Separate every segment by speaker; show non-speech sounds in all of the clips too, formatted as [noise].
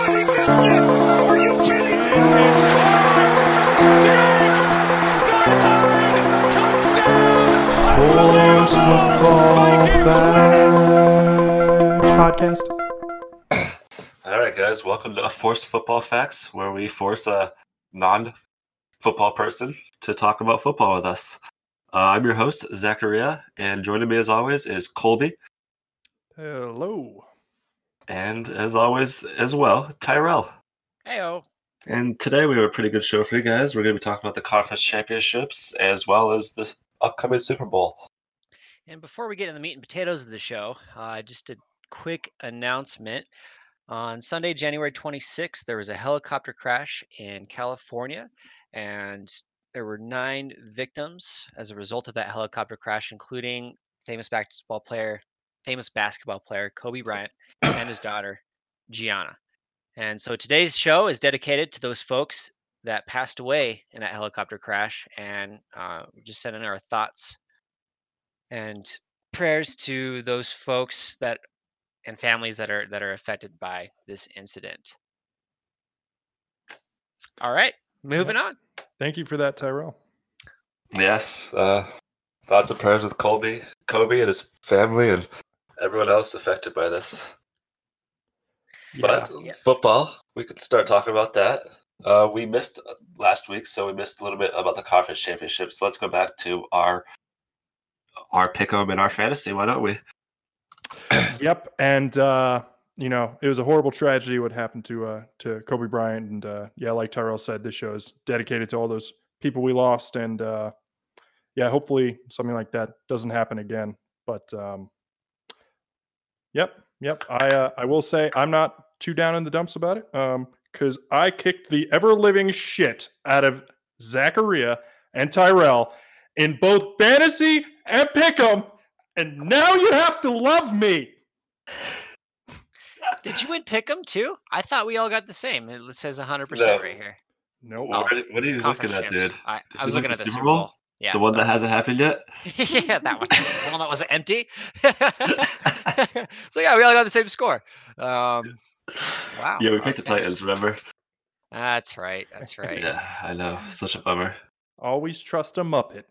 Speaker 1: basket? Are you kidding me? This is Climbs. Diggs. Sideline. Touchdown.
Speaker 2: Force Football Facts Podcast.
Speaker 3: All right, guys, welcome to Forced Football Facts, where we force a non football person to talk about football with us. Uh, I'm your host, Zachariah, and joining me as always is Colby,
Speaker 4: Hello.
Speaker 3: and as always, as well, Tyrell.
Speaker 5: Heyo.
Speaker 3: And today we have a pretty good show for you guys. We're going to be talking about the conference championships as well as the upcoming Super Bowl.
Speaker 5: And before we get into the meat and potatoes of the show, uh, just a quick announcement. On Sunday, January 26th, there was a helicopter crash in California, and there were nine victims as a result of that helicopter crash, including famous basketball player, famous basketball player Kobe Bryant and his daughter Gianna. And so today's show is dedicated to those folks that passed away in that helicopter crash, and uh, we're just sending our thoughts and prayers to those folks that and families that are that are affected by this incident. All right, moving on.
Speaker 4: Thank you for that, Tyrell.
Speaker 3: Yes, uh, thoughts and prayers with Colby, Kobe and his family, and everyone else affected by this. But
Speaker 5: Yeah.
Speaker 3: football, we could start talking about that. Uh, we missed last week, so we missed a little bit about the conference championships. Let's go back to our our pick 'em and our fantasy. Why don't we?
Speaker 4: [sighs] Yep. And uh, you know, it was a horrible tragedy what happened to uh to Kobe Bryant. And uh yeah, like Tyrell said, this show is dedicated to all those people we lost. And uh yeah, hopefully something like that doesn't happen again. But um Yep, yep. I uh, I will say I'm not too down in the dumps about it. Um, because I kicked the ever living shit out of Zachariah and Tyrell in both fantasy and pick'em, and now you have to love me.
Speaker 5: Did you win Pick'em too? I thought we all got the same. It says 100%
Speaker 3: No.
Speaker 5: right here.
Speaker 4: No,
Speaker 5: Oh,
Speaker 3: what, are, what are you looking
Speaker 5: Conference
Speaker 3: at,
Speaker 5: champs.
Speaker 3: dude?
Speaker 5: I,
Speaker 3: This
Speaker 5: I was
Speaker 3: is like
Speaker 5: looking
Speaker 3: the
Speaker 5: at the
Speaker 3: Super
Speaker 5: Super
Speaker 3: Bowl?
Speaker 5: Bowl. Yeah,
Speaker 3: the one
Speaker 5: sorry.
Speaker 3: that hasn't happened yet.
Speaker 5: [laughs] yeah, that
Speaker 3: [laughs]
Speaker 5: one. The one that was empty. [laughs] so yeah, we all got the same score. Um, Wow,
Speaker 3: Yeah, we picked the
Speaker 5: okay.
Speaker 3: Titans. Remember?
Speaker 5: that's right. That's right.
Speaker 3: [laughs] Yeah, I know. Such a bummer.
Speaker 4: always trust a muppet.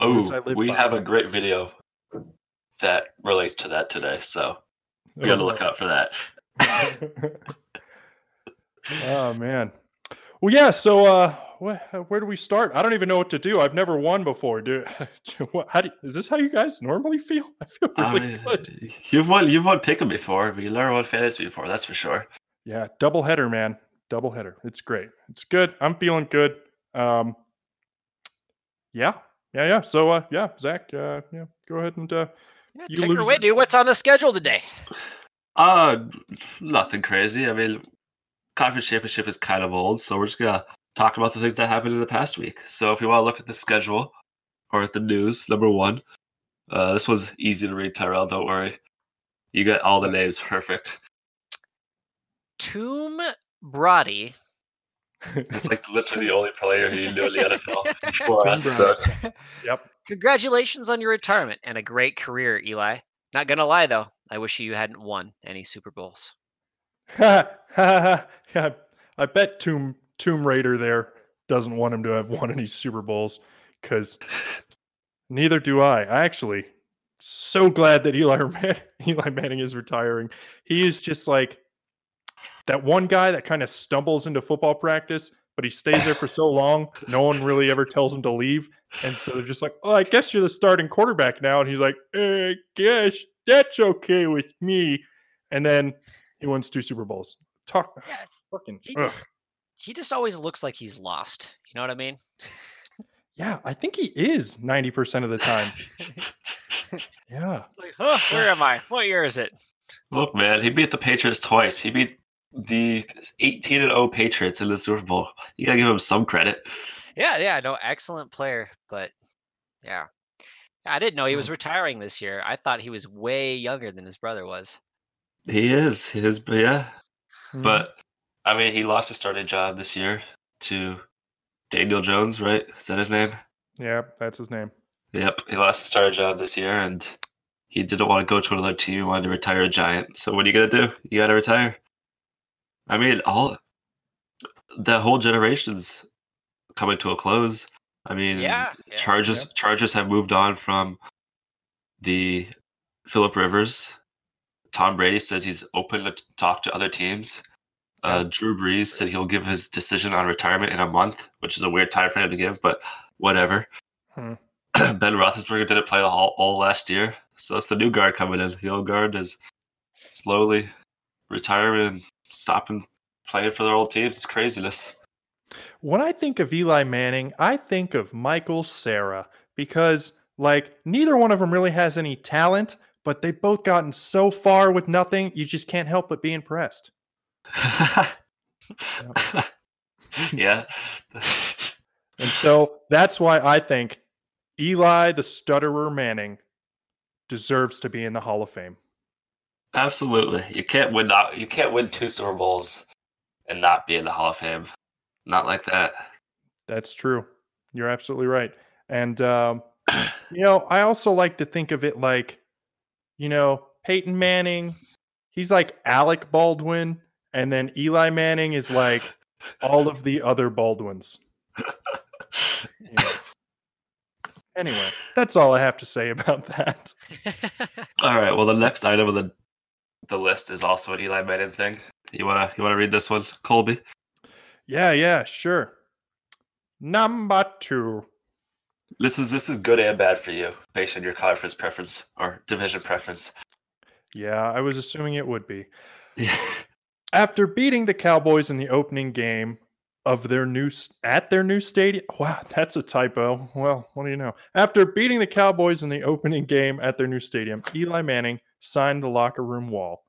Speaker 4: Words I
Speaker 3: Oh,
Speaker 4: live
Speaker 3: we
Speaker 4: by.
Speaker 3: have a great video that relates to that today. So be on the lookout for that.
Speaker 4: oh man. Well, yeah. So, uh, wh- where do we start? I don't even know what to do. I've never won before, dude. what, how [laughs] do, is this how you guys normally feel? [laughs] I feel
Speaker 3: I
Speaker 4: [laughs] really
Speaker 3: mean,
Speaker 4: good.
Speaker 3: you've won. You've won pick'em before. We learned one fantasy before. That's for sure.
Speaker 4: Yeah, double header, man. Double header. It's great. It's good. I'm feeling good. Um, yeah, yeah, yeah. So, uh, yeah, Zach, uh, yeah, go ahead and uh, [laughs]
Speaker 5: Yeah,
Speaker 4: You
Speaker 5: take her
Speaker 4: lose
Speaker 5: away,
Speaker 4: it.
Speaker 5: dude. What's on the schedule today?
Speaker 3: Uh, nothing crazy. I mean, conference championship is kind of old, so we're just gonna talk about the things that happened in the past week. So if you want to look at the schedule or at the news, number one, uh, this was easy to read, Tyrell. Don't worry, you got all the names perfect.
Speaker 5: Tomb Brody.
Speaker 3: It's like literally the only player who you knew in the
Speaker 5: [laughs]
Speaker 3: NFL before us. So.
Speaker 4: Congrats. Yep.
Speaker 5: Congratulations on your retirement and a great career, Eli. Not gonna lie though, I wish you hadn't won any Super Bowls.
Speaker 4: yeah, I bet Tomb Tomb Raider there doesn't want him to have [laughs] won any Super Bowls because neither do I. I actually so glad that Eli [laughs] Man- Eli Manning is retiring. He is just like that one guy that kind of stumbles into football practice, but he stays there for so long, no one really ever tells him to leave, and so they're just like, "Oh, I guess you're the starting quarterback now," and he's like, "Eh, "I guess that's okay with me." And then he wins two Super Bowls. Talk fucking
Speaker 5: He
Speaker 4: ugh.
Speaker 5: just he just always looks like he's lost. You know what I mean?
Speaker 4: yeah, I think he is 90% of the time. yeah.
Speaker 5: It's like,
Speaker 4: [sighs]
Speaker 5: huh, where am I? What year is it?
Speaker 3: Look, man, he beat the Patriots twice. He beat the 18 and 0 Patriots in the Super Bowl. You gotta give him some credit.
Speaker 5: Yeah, yeah, no, excellent player, but yeah. I didn't know he was retiring this year. I thought he was way younger than his brother was.
Speaker 3: He is. He is. But yeah, But I mean, he lost his starting job this year to Daniel Jones, right? Is that his name?
Speaker 4: yeah, that's his name.
Speaker 3: Yep, he lost his starting job this year, and he didn't want to go to another team. He wanted to retire a Giant. So what are you gonna do? You gotta retire. I mean, all that whole generation's coming to a close. I mean,
Speaker 5: Yeah, yeah,
Speaker 3: charges charges have moved on from the Philip Rivers. Tom Brady says he's open to talk to other teams. Uh, Drew Brees said he'll give his decision on retirement in a month, which is a weird time for him to give, but whatever. [clears throat]
Speaker 4: Hmm.
Speaker 3: ben Roethlisberger didn't play all, all last year, so it's the new guard coming in. The old guard is slowly retiring and stopping playing for their old teams. It's craziness.
Speaker 4: When I think of Eli Manning, I think of Michael Sarah because, like, neither one of them really has any talent, but they've both gotten so far with nothing, you just can't help but be impressed.
Speaker 3: [laughs] yeah. [laughs]
Speaker 4: And so that's why I think Eli the Stutterer Manning deserves to be in the Hall of Fame.
Speaker 3: Absolutely. You can't win not, you can't win two Super Bowls and not be in the Hall of Fame. Not like that.
Speaker 4: That's true. You're absolutely right. And, um, you know, I also like to think of it like, you know, Peyton Manning, he's like Alec Baldwin. And then Eli Manning is like all of the other Baldwins. You know. Anyway, that's all I have to say [laughs] about that.
Speaker 3: All right. Well, the next item on the the list is also an Eli Manning thing. You wanna you wanna read this one, Colby?
Speaker 4: Yeah, yeah, sure. Number two.
Speaker 3: This is this is good and bad for you, based on your conference preference or division preference.
Speaker 4: Yeah, I was assuming it would be.
Speaker 3: Yeah.
Speaker 4: After beating the Cowboys in the opening game of their new s- at their new stadium. [laughs] Wow, that's a typo. Well, what do you know? After beating the Cowboys in the opening game at their new stadium, Eli Manning signed the locker room wall.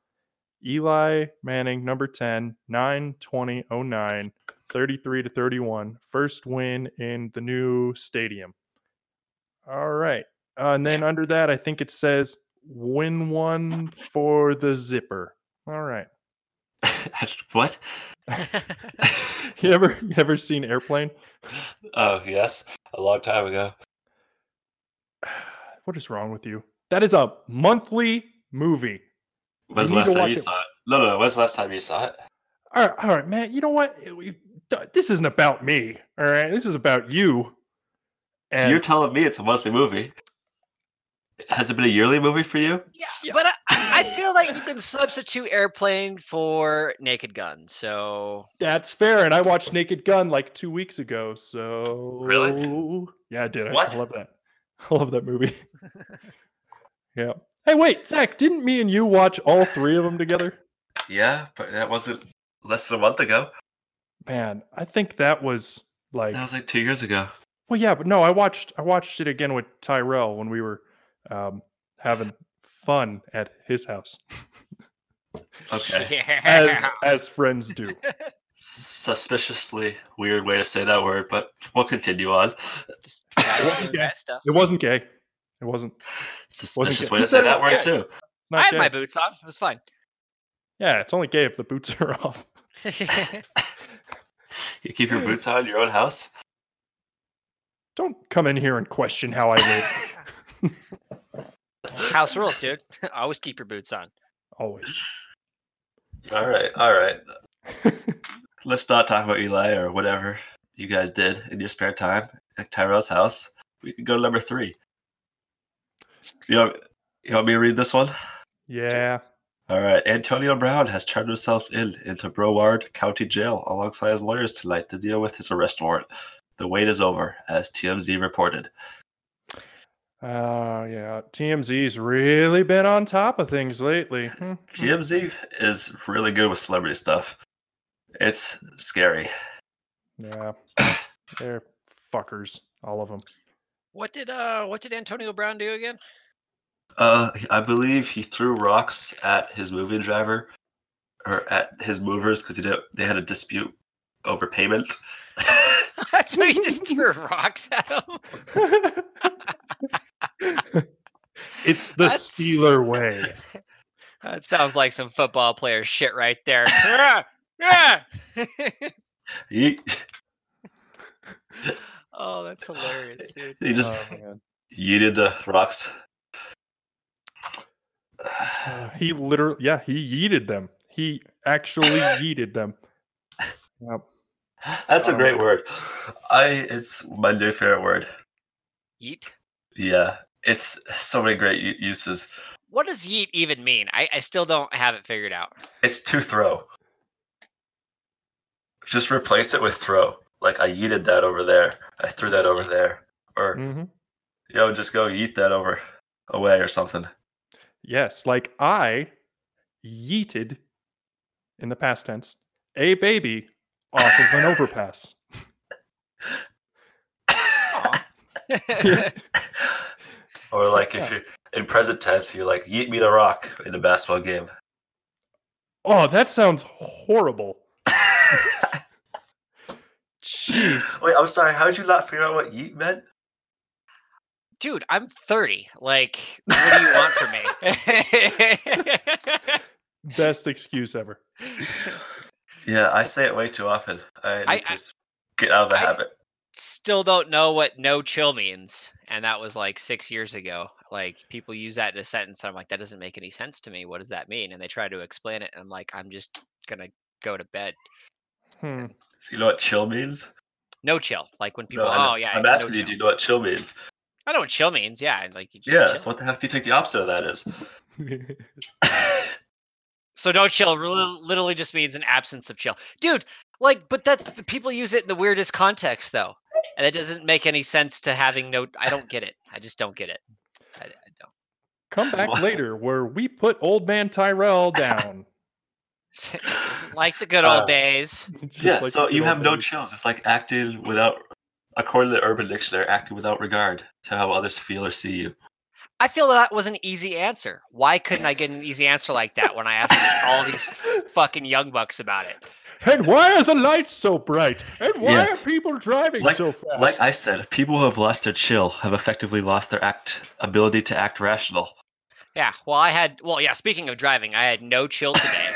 Speaker 4: Eli Manning, number 10, 9 20 09, 33 oh, to 31, first win in the new stadium. All right. Uh, and then under that, I think it says win one for the zipper. All right.
Speaker 3: [laughs] what?
Speaker 4: [laughs] You ever you ever seen airplane? [sighs]
Speaker 3: Oh yes, a long time ago.
Speaker 4: What is wrong with you? That is a monthly movie.
Speaker 3: When's the
Speaker 4: need to
Speaker 3: last time
Speaker 4: watch
Speaker 3: you
Speaker 4: it.
Speaker 3: saw it? No, no, no. When's the last time you saw it?
Speaker 4: All right, all right, man. You know what? It- we- d- This isn't about me. All right, this is about you. And
Speaker 3: You're telling me it's a monthly movie. Has it been a yearly movie for you?
Speaker 5: Yeah, [laughs] but I, I
Speaker 3: [laughs]
Speaker 5: feel like you can substitute Airplane for Naked Gun. So
Speaker 4: that's fair. And I watched Naked Gun like two weeks ago. So
Speaker 3: Really?
Speaker 4: yeah, I did. I-
Speaker 3: What?
Speaker 4: I love that. [laughs] I love that movie. [laughs] yeah. Hey, wait, Zach. Didn't me and you watch all three of them together?
Speaker 3: Yeah, but that wasn't less than a month ago.
Speaker 4: Man, I think that was like
Speaker 3: That was like two years ago.
Speaker 4: Well, yeah, but no, I watched I watched it again with Tyrell when we were um, having fun at his house,
Speaker 3: Okay.
Speaker 5: [laughs] yeah.
Speaker 4: as as friends do.
Speaker 3: Suspiciously weird way to say that word, but we'll continue on.
Speaker 5: Just [laughs] guys
Speaker 4: wasn't
Speaker 5: doing
Speaker 4: gay.
Speaker 5: guy stuff.
Speaker 4: It wasn't gay. It wasn't.
Speaker 3: Suspicious
Speaker 4: good.
Speaker 3: way
Speaker 4: You
Speaker 3: to say
Speaker 4: said it
Speaker 3: [laughs] that
Speaker 4: was
Speaker 3: word too.
Speaker 4: Not
Speaker 5: I had
Speaker 4: gay.
Speaker 5: my boots on. It was [laughs] fine.
Speaker 4: yeah, it's only gay if the boots are [laughs] off.
Speaker 3: You keep your boots on in your own house.
Speaker 4: Don't come in here and question how I live.
Speaker 5: House rules, dude. [laughs] Always keep your boots on.
Speaker 4: Always.
Speaker 3: All right, all [laughs] right. Let's not talk about Eli or whatever you guys did in your spare time at Tyrell's house. We could go to number three. You want, you want me to read this one?
Speaker 4: Yeah.
Speaker 3: All right. Antonio Brown has turned himself in into Broward County Jail alongside his lawyers tonight to deal with his arrest warrant. The wait is over, as TMZ reported.
Speaker 4: Oh yeah. TMZ's really been on top of things lately. Hmm.
Speaker 3: TMZ is really good with celebrity stuff. It's scary.
Speaker 4: Yeah.
Speaker 5: [coughs]
Speaker 4: They're fuckers, all
Speaker 5: [laughs]
Speaker 4: of them.
Speaker 5: What did uh what did Antonio Brown do again? [laughs]
Speaker 3: Uh, I believe he threw rocks at his moving driver or at his movers because he did, they had a dispute over payment. [laughs]
Speaker 5: That's why you just [laughs] threw rocks at him.
Speaker 4: [laughs] It's the
Speaker 5: That's-
Speaker 4: Steeler way.
Speaker 5: That sounds like some football player shit right [laughs] there. Yeah, yeah.
Speaker 3: he,
Speaker 5: oh, that's hilarious, dude.
Speaker 3: he just
Speaker 4: Oh, man.
Speaker 3: yeeted the rocks. Oh,
Speaker 4: [sighs] Uh, he literally, yeah, he yeeted them. He
Speaker 3: [laughs]
Speaker 4: actually yeeted them. Yep.
Speaker 3: That's a
Speaker 5: Um,
Speaker 3: great word. I it's my new favorite word.
Speaker 5: [laughs] Yeet.
Speaker 3: Yeah, it's so many great u- uses.
Speaker 5: What does yeet even mean? I, I still don't have it figured [laughs] out.
Speaker 3: It's to throw. Just replace it with throw. Like I yeeted that over there. I threw that over there. Or
Speaker 5: Mm.
Speaker 4: Mhm.
Speaker 3: yo, just go yeet that over away or something.
Speaker 4: Yes, like I yeeted in the past tense a baby off of an
Speaker 3: [laughs]
Speaker 4: overpass.
Speaker 5: Aw.
Speaker 3: Or like if you're in present tense, you're like yeet me the rock in a basketball game.
Speaker 4: Oh, that sounds horrible. Jeez.
Speaker 3: Wait, I'm sorry. How did you not figure out what yeet meant?
Speaker 5: [laughs] Dude, I'm 30. Like, what do you want from me?
Speaker 4: Best excuse ever.
Speaker 3: [laughs] Yeah, I say it way too often. I need
Speaker 5: I-
Speaker 3: to
Speaker 5: I-
Speaker 3: get out of the
Speaker 5: I-
Speaker 3: habit.
Speaker 5: Still don't know what no chill means. And that was like six years ago. Like, people use that in a sentence. And I'm like, that doesn't make any sense to me. What does that mean? And they try to explain it. And I'm like, I'm just going to go to bed.
Speaker 4: Hmm.
Speaker 3: So you know what chill means?
Speaker 5: No chill. Like, when people,
Speaker 3: I know.
Speaker 5: oh, yeah.
Speaker 3: I'm
Speaker 5: no
Speaker 3: asking you, do
Speaker 5: chill."
Speaker 3: you know what chill means?
Speaker 5: I know what chill means. Yeah. and, Like, you just
Speaker 3: Yeah.
Speaker 5: chill.
Speaker 3: So what the heck do you think the opposite of that is?
Speaker 5: So don't chill really- literally just means an absence of chill. Dude, like, but that's the people use it in the weirdest context though. And it doesn't make any sense to having no I don't get it. I just don't get it. I, I don't.
Speaker 4: Come back
Speaker 3: Wow.
Speaker 4: later where we put old man Tyrell
Speaker 3: [laughs]
Speaker 4: down.
Speaker 5: [laughs] Isn't like the good old
Speaker 3: Uh,
Speaker 5: days.
Speaker 4: Just
Speaker 3: [laughs] yeah.
Speaker 4: like
Speaker 3: so
Speaker 4: good
Speaker 3: you
Speaker 4: old
Speaker 3: have no
Speaker 4: days.
Speaker 3: chills. It's like acting without, according to the Urban Dictionary, acting without regard to how others feel or see you.
Speaker 5: I feel that was an easy answer. Why couldn't I get an easy answer like that when I asked all these fucking young bucks about it?
Speaker 4: And why are the lights so bright? And why
Speaker 3: Yeah.
Speaker 4: are people driving
Speaker 3: Like-
Speaker 4: so fast?
Speaker 3: Like I said, people who have lost their chill have effectively lost their act ability to act rational.
Speaker 5: Yeah, well I had well yeah, speaking of driving, I had no chill today.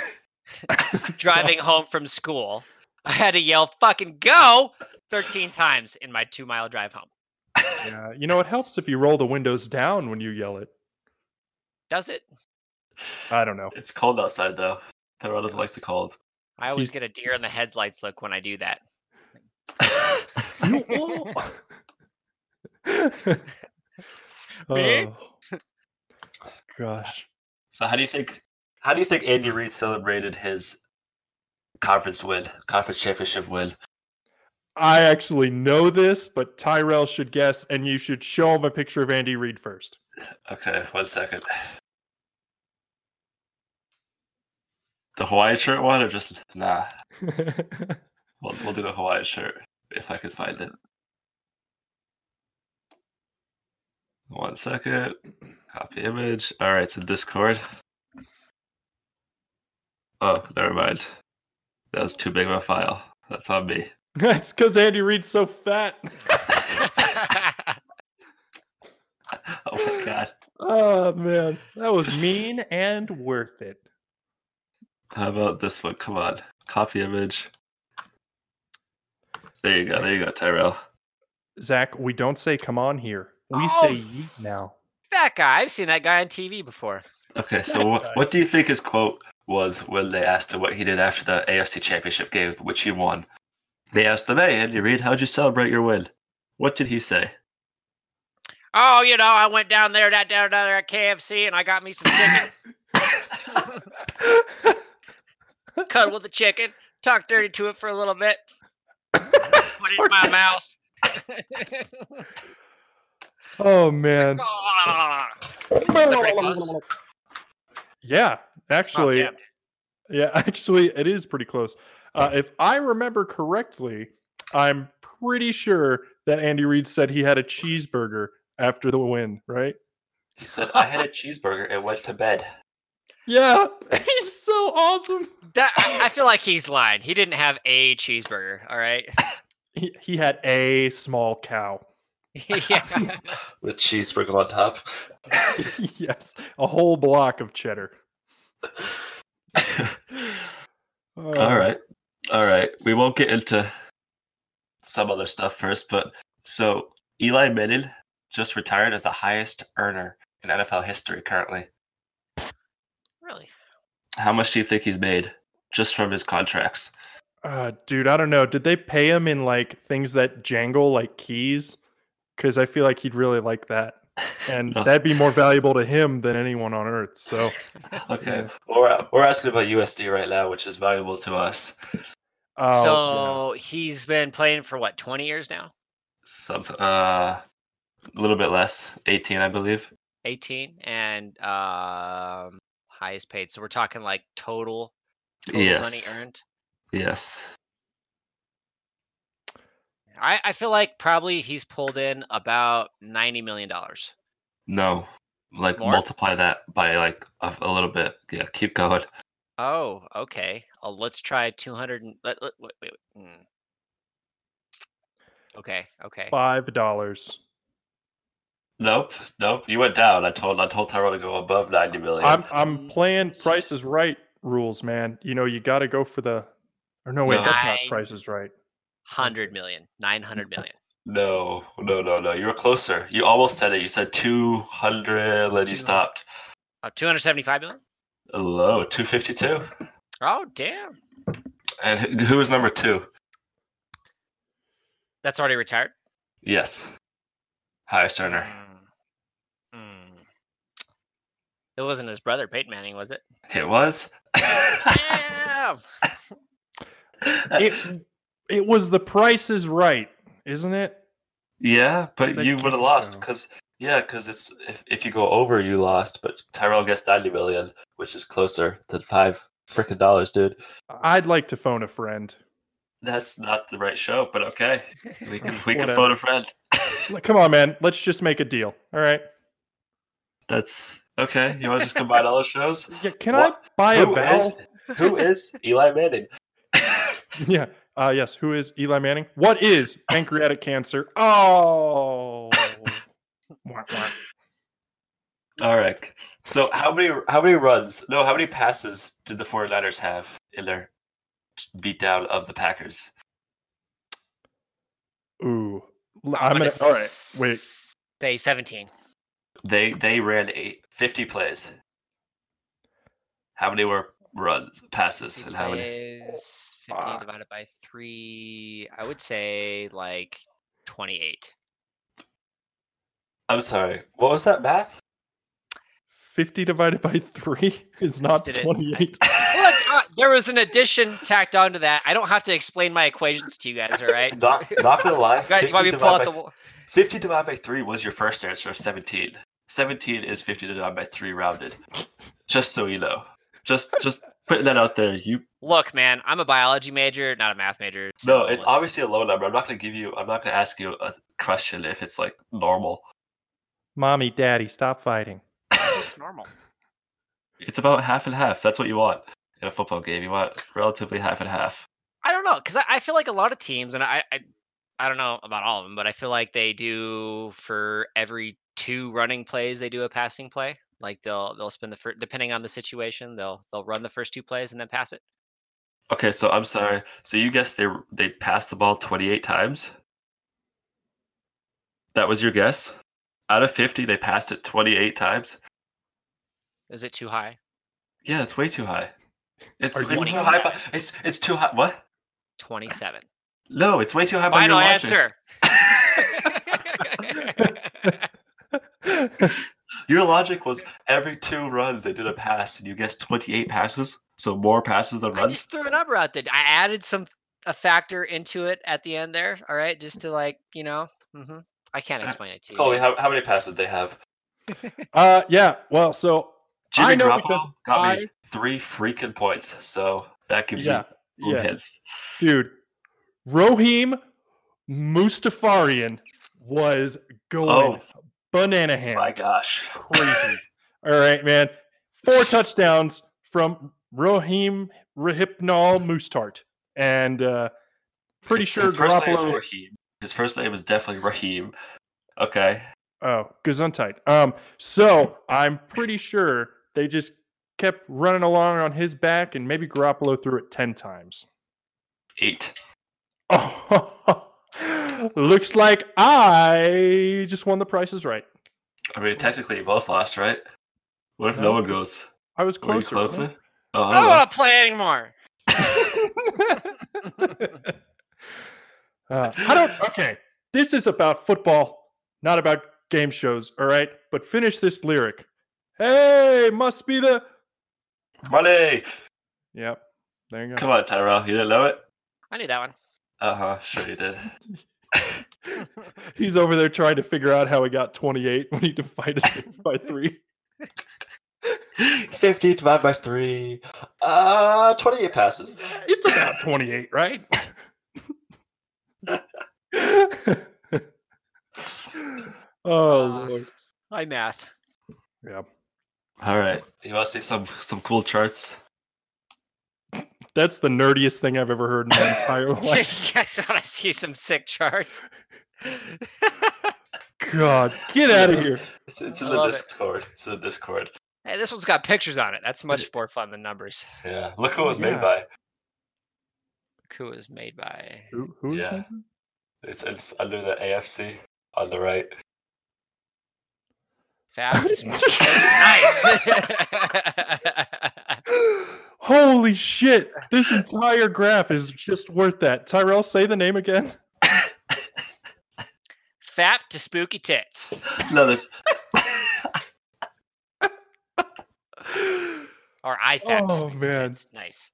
Speaker 5: [laughs] driving home from school. I had to yell fucking go 13 times in my 2-mile drive home.
Speaker 4: yeah, you know, it helps if you roll the windows down when you yell it.
Speaker 5: Does it?
Speaker 4: I don't know.
Speaker 3: It's cold outside though. Tyrell doesn't like the cold. [laughs]
Speaker 5: I always
Speaker 4: He's-
Speaker 5: get a deer in the headlights look when I do that. [laughs]
Speaker 4: You all- [laughs]
Speaker 5: Me?
Speaker 4: Oh, gosh.
Speaker 3: So how do you think how do you think Andy Reid celebrated his conference win, conference championship win?
Speaker 4: I actually know this, but Tyrell should guess, and you should show him a picture of Andy
Speaker 3: [laughs]
Speaker 4: Reid first.
Speaker 3: Okay, one second. The Hawaii shirt one or just nah. We'll, we'll do the Hawaii shirt if I can find it. One second. Copy image. All right, so Discord. Oh, never mind. That was too big of a file. That's on me. [laughs]
Speaker 4: That's because Andy Reid's so fat.
Speaker 3: Oh my god.
Speaker 4: Oh man, that was mean and worth it.
Speaker 3: How about this one? Come on. Copy image. There you go. There you go, Tyrell.
Speaker 4: Zach, we don't say come on here. We
Speaker 5: Oh.
Speaker 4: say yeet now.
Speaker 5: that guy, I've seen that guy on TV before.
Speaker 3: Okay, so what, what do you think his quote was when they asked him what he did after the AFC Championship game, which he won? They asked him, "Hey, Andy Reid, how'd you celebrate your win?" What did he say?
Speaker 5: Oh, you know, I went down there, that down there at KFC, and I got me some chicken. Cuddle with the chicken, talk dirty to it for a little bit, put it in my mouth. [laughs]
Speaker 4: Oh man.
Speaker 5: The Pringles.
Speaker 4: Yeah, actually,
Speaker 5: damn.
Speaker 4: yeah, [laughs] actually, it is pretty close. Uh, if I remember correctly, I'm pretty sure that Andy Reid said he had a cheeseburger after the win, right?
Speaker 3: He said, "I had a cheeseburger and went to bed."
Speaker 4: Yeah, [laughs] he's so awesome.
Speaker 5: That- I I feel like he's lying. He didn't have a cheeseburger. All right. [laughs]
Speaker 4: He, he had a small cow. [laughs]
Speaker 5: yeah.
Speaker 3: With cheeseburger on top.
Speaker 4: yes, a whole block of cheddar.
Speaker 3: [laughs] All
Speaker 4: Oh,
Speaker 3: right. All right. We won't get into some other stuff first, but so Eli Manning just retired as the highest earner in NFL history currently.
Speaker 5: Really?
Speaker 3: How much do you think he's made? just from his contracts.
Speaker 4: Uh, dude, I don't know. Did they pay him in like things that jangle like keys? Because I feel like he'd really like that. And
Speaker 3: [laughs] No.
Speaker 4: that'd be more valuable to him than anyone on earth. So
Speaker 3: Okay,
Speaker 4: Yeah.
Speaker 3: we're we're asking about USD right now, which is valuable to us.
Speaker 4: uh,
Speaker 5: so he's been playing for what, 20 years now?
Speaker 3: Something uh, a little bit less, eighteen, I believe.
Speaker 5: 18 and um, highest paid. So we're talking like total, total
Speaker 3: yes,
Speaker 5: money earned.
Speaker 3: yes.
Speaker 5: I, I feel like probably he's pulled in about $90 million.
Speaker 3: No, like
Speaker 5: More?
Speaker 3: multiply that by like a, a little bit. Yeah, keep going.
Speaker 5: Oh, okay. Uh, let's try 200. And, let, let- wait, wait, wait, mm. Okay, okay.
Speaker 4: five dollars.
Speaker 3: Nope, nope. You went down. I told I told Tyrone to go above ninety million.
Speaker 4: I'm I'm playing Price is Right rules, man. You know you got to go for the. Or no, wait, that's not
Speaker 5: Nine.
Speaker 4: Price is Right.
Speaker 5: 100 million, 900 million.
Speaker 3: No, no, no, no. You were closer. You almost said it. You said 200, then you stopped.
Speaker 5: Oh, 275 million?
Speaker 3: Low, 252.
Speaker 5: Oh, damn.
Speaker 3: And who who was number two?
Speaker 5: That's already retired.
Speaker 3: Yes. Highest earner.
Speaker 5: Mm. Mm. It wasn't his brother, Peyton Manning, was it?
Speaker 3: It was?
Speaker 5: Damn!
Speaker 4: It it was the Price is Right, isn't it?
Speaker 3: [laughs] yeah, but
Speaker 4: That
Speaker 3: you would have
Speaker 4: can't
Speaker 3: lost
Speaker 4: show.
Speaker 3: because, yeah, because it's if, if you go over, you lost. But Tyrell guessed 90 million, which is closer than five freaking dollars, dude.
Speaker 4: I'd like to phone a friend.
Speaker 3: That's not the right show, but okay.
Speaker 5: [laughs]
Speaker 3: We can, we can
Speaker 4: Whatever.
Speaker 3: phone a friend.
Speaker 4: Like, Come on, man. Let's just make a deal. All right.
Speaker 3: That's okay. You want to just combine all the
Speaker 4: [laughs]
Speaker 3: shows?
Speaker 4: Yeah, can
Speaker 3: What-
Speaker 4: I buy a
Speaker 3: Who
Speaker 4: vowel?
Speaker 3: is, who is Eli Manning? [laughs]
Speaker 4: [laughs] Yeah. Uh, yes. Who is Eli Manning? What is pancreatic cancer? Oh. Wah, wah.
Speaker 3: All right. So how many how many runs? No, how many passes did the 49ers have in their beatdown of the Packers?
Speaker 4: Ooh. L- I'm gonna. All right. Wait.
Speaker 5: Day 17.
Speaker 3: They they ran eight, 50 plays. How many were runs, passes, and how many?
Speaker 5: Is 15
Speaker 4: fuck.
Speaker 5: divided by 3, I would say like 28.
Speaker 3: I'm sorry. What was that math?
Speaker 4: Fifty divided by three [laughs] is not
Speaker 5: did it.
Speaker 3: [laughs]
Speaker 5: I-
Speaker 4: twenty-eight.
Speaker 5: Look, uh, there was an addition tacked onto that. I don't have to explain my equations to you guys, all right?
Speaker 3: Not not gonna lie.
Speaker 5: You [laughs] guys, you
Speaker 3: 50
Speaker 5: want me to
Speaker 3: divided,
Speaker 5: pull out the
Speaker 3: by,
Speaker 5: wa-
Speaker 3: 50 divided by three was your first answer of 17. 17 is 50 divided by three rounded. Just so you know. Just just putting that out there.
Speaker 5: [laughs]
Speaker 3: You
Speaker 5: Look, man, I'm a biology major, not a math major.
Speaker 3: No,
Speaker 5: so
Speaker 3: it's
Speaker 5: let's-
Speaker 3: obviously a low number. I'm not going to give you. I'm not going to ask you a question if it's like normal.
Speaker 4: Mommy, daddy, stop fighting. [laughs]
Speaker 5: it's normal.
Speaker 3: It's about half and half. That's what you want in a football game. You want relatively half and half.
Speaker 5: I don't know, because I, I feel like a lot of teams, and I, I, I don't know about all of them, but I feel like they do for every two running plays they do a passing play. Like they'll they'll spend the first, depending on the situation, they'll they'll run the first two plays and then pass it.
Speaker 3: Okay, so I'm sorry. So you guessed they they passed the ball 28 times. That was your guess. Out of 50, they passed it 28 times.
Speaker 5: Is it
Speaker 3: [laughs]
Speaker 5: too high?
Speaker 3: Yeah, it's way too high. It's
Speaker 4: Are you
Speaker 3: it's too high. By,
Speaker 5: 27?
Speaker 3: it's it's too high. What?
Speaker 5: Twenty-seven.
Speaker 3: No, it's way too high. By your
Speaker 5: Final
Speaker 3: logic. [laughs]
Speaker 5: answer.
Speaker 3: Your logic was every two runs they did a pass, and you guessed 28 passes, so more passes than
Speaker 5: [laughs] I
Speaker 3: runs.
Speaker 5: just threw a number out there. I added some a factor into it at the end there. All right, just to like you know, hmm I can't
Speaker 3: Uh,
Speaker 5: explain it to you.
Speaker 3: Chloe,
Speaker 5: man.
Speaker 3: how, how many passes did they have?
Speaker 4: Uh, yeah. Well, so
Speaker 3: Jimmy
Speaker 4: I know because
Speaker 3: Garoppolo got
Speaker 4: I-
Speaker 3: me three freaking points, so that gives
Speaker 4: yeah,
Speaker 3: you yeah.
Speaker 4: yeah,
Speaker 3: hits.
Speaker 4: dude. Roheem Mustafarian was going banana ham.
Speaker 3: Oh. My gosh.
Speaker 4: crazy. All right, man. Four touchdowns from Roheem Rahipnal Mustart. And uh, pretty
Speaker 3: His-
Speaker 4: sure
Speaker 3: his first name is
Speaker 4: Garoppolo.
Speaker 3: Raheem. His first name is definitely Raheem. Okay.
Speaker 4: Oh, Gesundheit. Um, so I'm pretty sure they just kept running along on his back, and maybe Garoppolo threw it 10 times. [laughs]
Speaker 3: Eight.
Speaker 4: Oh, looks like I just won the prices right.
Speaker 3: I mean, technically, you both lost, right? What if no,
Speaker 4: No,
Speaker 3: one
Speaker 4: 'cause
Speaker 3: goes?
Speaker 4: I was
Speaker 3: Were you
Speaker 4: closer. Ah! wasn't
Speaker 3: closer?
Speaker 4: I?
Speaker 3: Oh, I
Speaker 5: I
Speaker 3: don't know.
Speaker 5: don't want to play anymore.
Speaker 4: [laughs] Uh, I don't. Okay, this is about football, not about game shows. All right, but finish this lyric. Hey, must be the.
Speaker 3: Money.
Speaker 4: Yep, there you go.
Speaker 3: Come on, Tyrell. You didn't know it?
Speaker 5: I knew that one.
Speaker 3: Uh huh. Sure you did.
Speaker 4: [laughs] He's over there trying to figure out how he got 28 when he divided [laughs] it by three.
Speaker 3: 50 divided by 3. Uh, 28 passes.
Speaker 4: It's about 28, right? [laughs] oh,
Speaker 5: Uh,
Speaker 4: Lord.
Speaker 5: I math.
Speaker 4: yeah.
Speaker 3: All right. You want to see some some cool charts?
Speaker 4: That's the nerdiest thing I've ever heard in my entire
Speaker 5: [laughs] you
Speaker 4: life.
Speaker 5: guys want to see some sick charts?
Speaker 4: God, get out of here.
Speaker 3: It's, it's
Speaker 5: I
Speaker 3: in the
Speaker 5: love it.
Speaker 3: Discord. It's in the Discord.
Speaker 5: hey, this one's got pictures on it. That's much more fun than numbers.
Speaker 3: Yeah. Look who it was
Speaker 4: Yeah.
Speaker 3: made by.
Speaker 5: Who is made by?
Speaker 4: Who, who is
Speaker 3: Yeah.
Speaker 4: that?
Speaker 3: It's, it's under the AFC on the right.
Speaker 5: Fab. just- [laughs] nice.
Speaker 4: [gasps] Holy shit. This entire graph is just worth that. Tyrell, say the name again.
Speaker 5: Fap to spooky tits.
Speaker 3: No, this.
Speaker 5: Or I fap. to
Speaker 4: Oh,
Speaker 5: spooky
Speaker 4: man.
Speaker 5: tits.
Speaker 4: [laughs]
Speaker 5: Nice.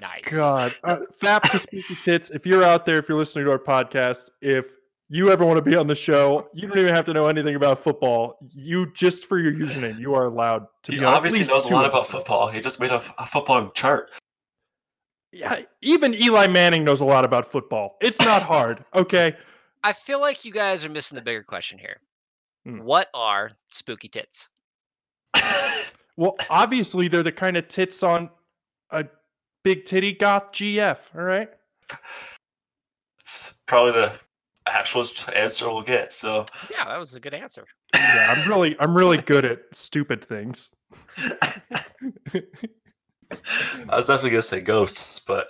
Speaker 5: Nice.
Speaker 4: God. Uh, Fap to Spooky Tits. If you're out there, if you're listening to our podcast, if you ever want to be on the show, you don't even have to know anything about football. You just for your username, you are allowed to
Speaker 3: He
Speaker 4: be on at
Speaker 3: obviously
Speaker 4: least
Speaker 3: knows a
Speaker 4: two
Speaker 3: lot about
Speaker 4: episodes.
Speaker 3: football. He just made a, a football chart.
Speaker 4: Yeah, even Eli Manning knows a lot about football. It's not hard, okay?
Speaker 5: I feel like you guys are missing the bigger question here.
Speaker 4: Hmm.
Speaker 5: What are spooky tits?
Speaker 4: Well, obviously they're the kind of tits on a big titty goth GF. All right.
Speaker 3: It's probably the actual answer we'll get.
Speaker 4: [laughs]
Speaker 3: So
Speaker 5: Yeah, that was a good answer.
Speaker 4: Yeah, I'm really, I'm really good at stupid things.
Speaker 3: I was definitely gonna say ghosts, but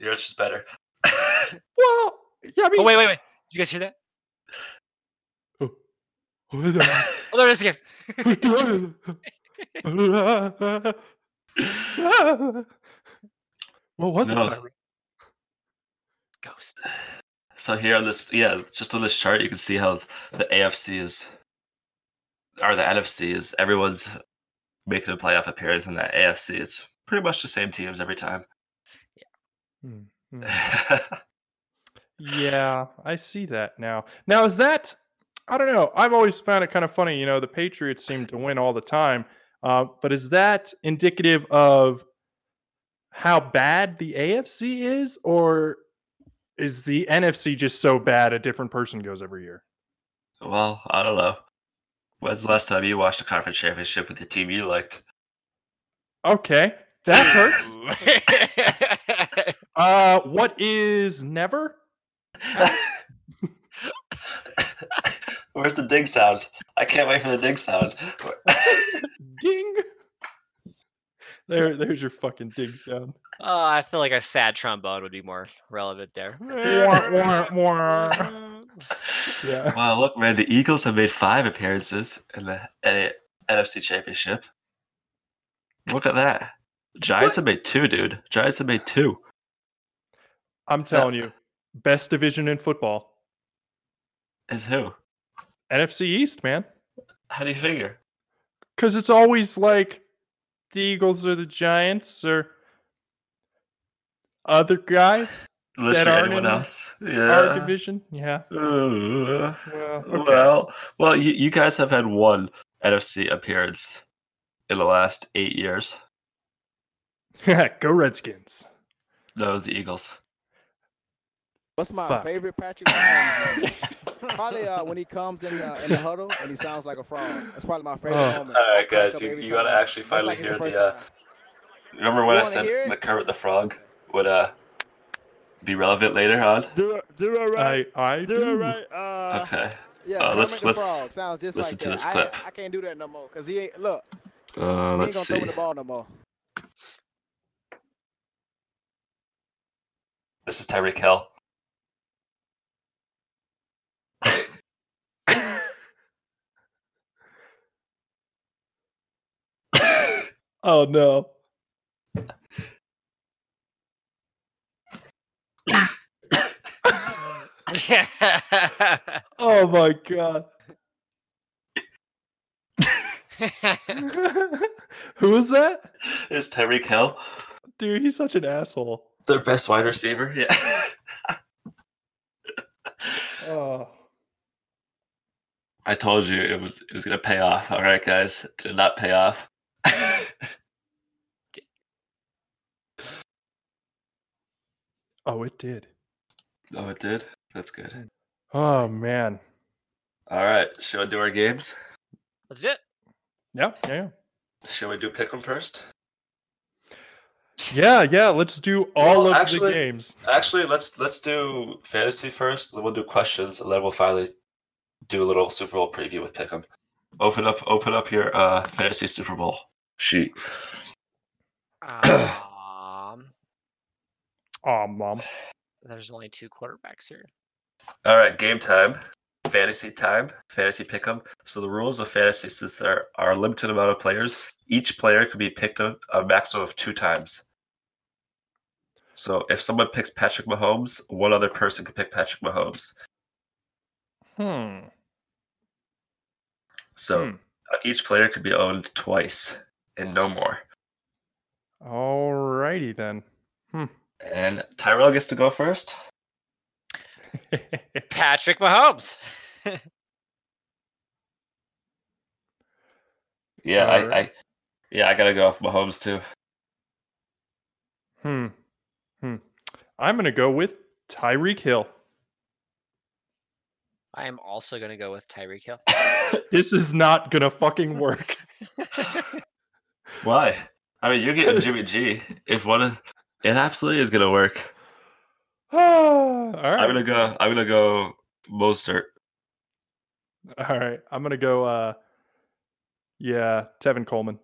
Speaker 3: yours is better. [laughs]
Speaker 4: Well, yeah, I mean,
Speaker 5: Oh wait, wait, wait! Did you guys hear that? Oh, there it is again.
Speaker 4: [laughs] what was
Speaker 3: No.
Speaker 4: it? Tyrone?
Speaker 5: [laughs] Ghost.
Speaker 3: so here on this, yeah, just on this chart, you can see how the AFC is, or the NFC is. Everyone's making a playoff appearance in the AFC. It's pretty much the same teams every time.
Speaker 4: Mm, Yeah, I see that now. Now is that? I don't know. I've always found it kind of funny. You know, the Patriots seem to win all the time, uh, but is that indicative of how bad the AFC is, or is the NFC just so bad a different person goes every year?
Speaker 3: [laughs] well, I don't know. When's the last time you watched a conference championship with the team you liked?
Speaker 4: Okay, that hurts.
Speaker 5: hurts.
Speaker 4: Uh, what is never?
Speaker 3: Where's the dig sound? I can't wait for the dig [laughs] sound.
Speaker 4: Ding. There, there's your fucking ding sound.
Speaker 5: oh, I feel like a sad trombone would be more relevant [laughs] there.
Speaker 4: [laughs]
Speaker 5: [laughs]
Speaker 4: Yeah.
Speaker 3: Wow, look, man, the Eagles have made five appearances in the N- NFC Championship. Look at that. Giants have made two, dude. Giants have made two.
Speaker 4: I'm telling you, best division in football,
Speaker 3: Is who?
Speaker 4: NFC East, man.
Speaker 3: How do you figure?
Speaker 4: Because it's always like the Eagles or the Giants or other guys
Speaker 3: Literally
Speaker 4: aren't
Speaker 3: anyone
Speaker 4: in
Speaker 3: else.
Speaker 4: our
Speaker 3: Yeah.
Speaker 4: division. Yeah.
Speaker 3: Uh,
Speaker 4: Well, okay.
Speaker 3: Well, well, you, you guys have had one NFC appearance in the last eight years.
Speaker 4: [laughs] Go Redskins.
Speaker 3: That was the Eagles.
Speaker 2: What's my
Speaker 4: Fuck.
Speaker 2: favorite Patrick Mahomes? moment? probably uh, when he comes in, uh, in the huddle and he sounds like a frog. That's probably my favorite
Speaker 4: Oh.
Speaker 2: moment. I crack up every
Speaker 3: gotta
Speaker 2: time. That's like it's first time.
Speaker 3: Remember when
Speaker 2: You
Speaker 3: I
Speaker 2: wanna
Speaker 3: said
Speaker 2: hear it?
Speaker 3: the Kermit the Frog would uh be relevant later on?
Speaker 6: Do it, do it right.
Speaker 4: I, I
Speaker 6: do it
Speaker 4: do.
Speaker 6: right. Uh,
Speaker 3: Okay.
Speaker 2: Yeah,
Speaker 3: Uh,
Speaker 2: Kermit
Speaker 3: let's-
Speaker 2: the
Speaker 3: let's
Speaker 2: Frog sounds just
Speaker 3: listen
Speaker 2: like
Speaker 3: to
Speaker 2: that.
Speaker 3: this
Speaker 2: I,
Speaker 3: clip.
Speaker 2: I can't do that no more because he ain't look.
Speaker 3: Uh,
Speaker 2: he ain't
Speaker 3: let's
Speaker 2: gonna
Speaker 3: see.
Speaker 2: throw me the ball no more.
Speaker 3: This is Tyreek Hill.
Speaker 4: Oh no. Oh my god. [laughs] Who is that?
Speaker 3: Is Tyreek Hill
Speaker 4: Dude, he's such an asshole.
Speaker 3: their best wide receiver? Yeah. [laughs]
Speaker 4: Oh.
Speaker 3: I told you it was it was gonna pay off. All right, guys, did not pay [laughs] off.
Speaker 4: Oh, it did.
Speaker 3: oh, it did. That's good.
Speaker 4: Oh man.
Speaker 3: All right, shall we do our games?
Speaker 5: Let's do it.
Speaker 4: Yeah, yeah.
Speaker 3: Shall we do pick 'em first?
Speaker 4: Yeah, yeah. Let's do all
Speaker 3: Well,
Speaker 4: of
Speaker 3: actually-
Speaker 4: the games.
Speaker 3: Actually, let's let's do fantasy first. Then we'll do questions, and then we'll finally do a little Super Bowl preview with Pick'em. Open up, open up your uh, fantasy Super Bowl sheet.
Speaker 5: Um,
Speaker 4: Oh mom.
Speaker 5: there's only two quarterbacks here.
Speaker 3: All right, game time, fantasy time, fantasy Pick'em. So the rules of fantasy, since there are a limited amount of players, each player can be picked a, a maximum of two times. So if someone picks Patrick Mahomes, one other person can pick Patrick Mahomes.
Speaker 4: Hmm.
Speaker 3: So
Speaker 4: Hmm.
Speaker 3: uh, each player can be owned twice and no more.
Speaker 4: Alrighty then. [laughs]
Speaker 3: And Tyrell gets to go first.
Speaker 5: Patrick Mahomes.
Speaker 3: Yeah, I, I
Speaker 4: Alright.
Speaker 3: yeah, I gotta go with Mahomes too.
Speaker 4: hmm. Hmm. I'm gonna go with Tyreek Hill.
Speaker 3: [laughs]
Speaker 5: I am also going to go with Tyreek Hill.
Speaker 4: This is not gonna fucking work.
Speaker 3: [laughs]
Speaker 4: [sighs]
Speaker 3: Why? I mean, you're getting Jimmy G. If one of it absolutely is gonna work.
Speaker 4: All right.
Speaker 3: I'm gonna go. I'm gonna go Mostert.
Speaker 4: All right. I'm gonna go uh yeah, Tevin Coleman.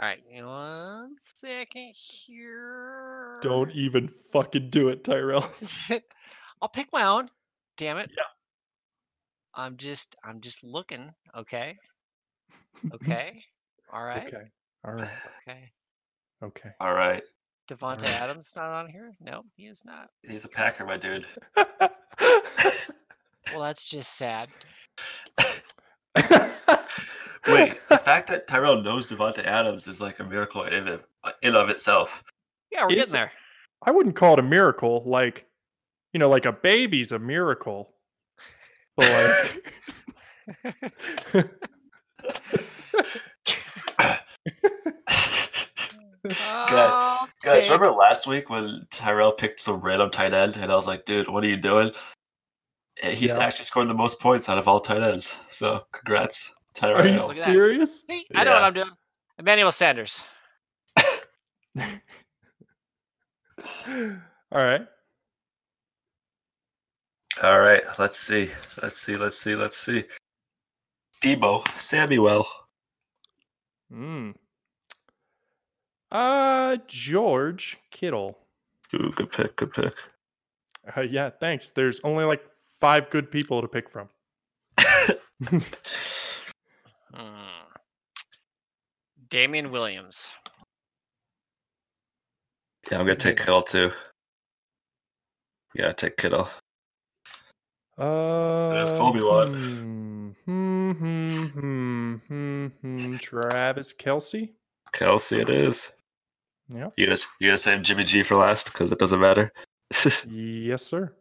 Speaker 5: All right, give me one second here.
Speaker 4: Don't even fucking do it, Tyrell.
Speaker 5: [laughs] I'll pick my own. Damn it. Yeah. I'm just I'm just looking. [laughs] Okay. Okay. All right. Okay.
Speaker 4: Okay. All right. Okay.
Speaker 3: All right,
Speaker 5: Devonta
Speaker 4: right.
Speaker 5: Adams not on here? No, he is not.
Speaker 3: he's a Packer, my dude.
Speaker 5: Well, that's just sad.
Speaker 3: Wait, the fact that Tyrell knows Devonta Adams is like a miracle in of, in of itself.
Speaker 5: Yeah, we're
Speaker 4: Is-
Speaker 5: getting there.
Speaker 4: I wouldn't call it a miracle. Like, you know, like a baby's a miracle. But like,
Speaker 5: I'll
Speaker 3: Guys,
Speaker 5: take-
Speaker 3: remember last week when Tyrell picked some random tight end, and I was like, "Dude, what are you doing?" And he's
Speaker 4: Yeah.
Speaker 3: actually scored the most points out of all tight ends. So, congrats, Tyrell.
Speaker 4: are you
Speaker 5: Look at that.
Speaker 4: serious?
Speaker 5: See, I know what
Speaker 3: Yeah.
Speaker 5: I'm doing. Emmanuel Sanders.
Speaker 4: All right.
Speaker 3: All right, let's see. Let's see. Let's see. Let's see. Debo Samuel.
Speaker 4: Mm. Uh, George Kittle.
Speaker 3: Ooh, good pick. Good pick.
Speaker 4: Uh, yeah, thanks. There's only like five good people to pick from.
Speaker 5: Hmm. Damian Williams.
Speaker 3: Yeah, I'm gonna take Kittle too. Yeah, take Kittle.
Speaker 4: Uh,
Speaker 3: Colby Watt.
Speaker 4: Hmm, hmm, hmm, hmm, hmm, hmm, Travis Kelsey.
Speaker 3: Kelsey, it is.
Speaker 4: Yep.
Speaker 3: You gonna you gonna save Jimmy G for last because it doesn't matter. [laughs]
Speaker 4: Yes, sir.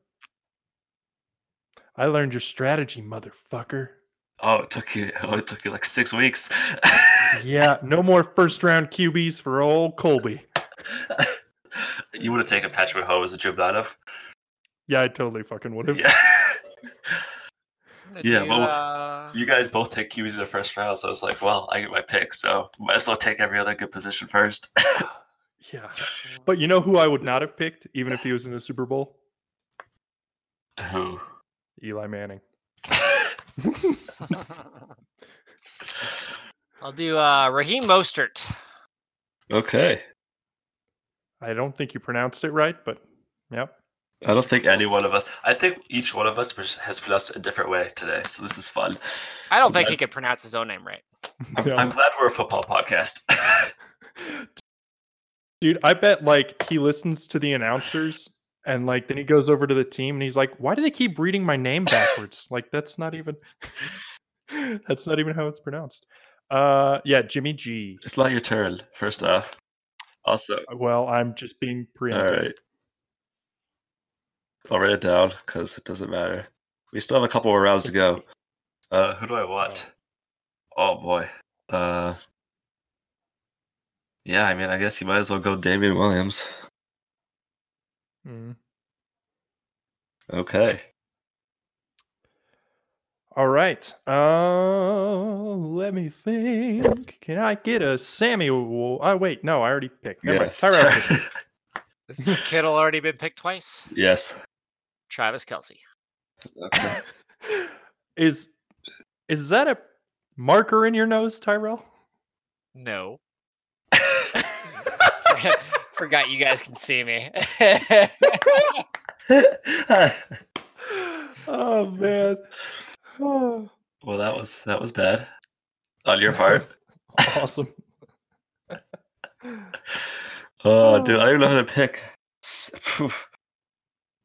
Speaker 4: I learned your strategy, motherfucker.
Speaker 3: oh, it took you. Oh, it took you like six weeks. [laughs]
Speaker 4: Yeah, no more first round QBs for old Colby.
Speaker 3: you would have taken Patrick Mahomes and Drew Blanov.
Speaker 4: Yeah, I totally fucking would have.
Speaker 3: Yeah. [laughs]
Speaker 5: Did
Speaker 3: Yeah,
Speaker 5: you,
Speaker 3: well,
Speaker 5: uh,
Speaker 3: You guys both take QBs in the first round, so I was like, well, I get my pick, so might as well take every other good position first. [laughs]
Speaker 4: Yeah. But you know who I would not have picked, even if he was in the Super Bowl?
Speaker 3: Who?
Speaker 4: Eli Manning.
Speaker 5: [laughs] I'll do uh, Raheem Mostert.
Speaker 3: Okay.
Speaker 4: I don't think you pronounced it right, but yep. [laughs]
Speaker 3: I don't think any one of us. I think each one of us pr- has pronounced it a different way today, so this is fun.
Speaker 5: I don't think
Speaker 3: Yeah.
Speaker 5: he could pronounce his own name right.
Speaker 3: I'm,
Speaker 4: Yeah.
Speaker 3: I'm glad we're a football podcast. [laughs]
Speaker 4: Dude, I bet like he listens to the announcers And like then he goes over to the team and he's like, "Why do they keep reading my name backwards? like that's not even [laughs] that's not even how it's pronounced." Uh yeah, Jimmy G.
Speaker 3: It's not your turn, first off. Also,
Speaker 4: Well, I'm just being
Speaker 3: all
Speaker 4: preemptive.
Speaker 3: right. I'll write it down because it doesn't matter. We still have a couple more rounds to go. Uh, who do I want? Oh boy. Uh, yeah, I mean, I guess you might as well go Damian Williams.
Speaker 4: Mm.
Speaker 3: Okay.
Speaker 4: All right. Uh, let me think. Can I get a Sammy? Wa- Oh, wait. No, I already picked. Never mind. Tyrod Taylor.
Speaker 3: [laughs]
Speaker 5: This Kittle already been picked twice.
Speaker 3: yes.
Speaker 5: Travis Kelsey.
Speaker 3: Okay.
Speaker 4: is is that a marker in your nose, Tyrell?
Speaker 3: [laughs]
Speaker 5: No. [laughs] Forgot you guys can see me. [laughs]
Speaker 4: oh man. Oh,
Speaker 3: [laughs] well, that was that was bad on your
Speaker 4: [laughs]
Speaker 3: part.
Speaker 4: that was [laughs] Awesome.
Speaker 3: Oh, dude, I don't even know how to pick. S- phew.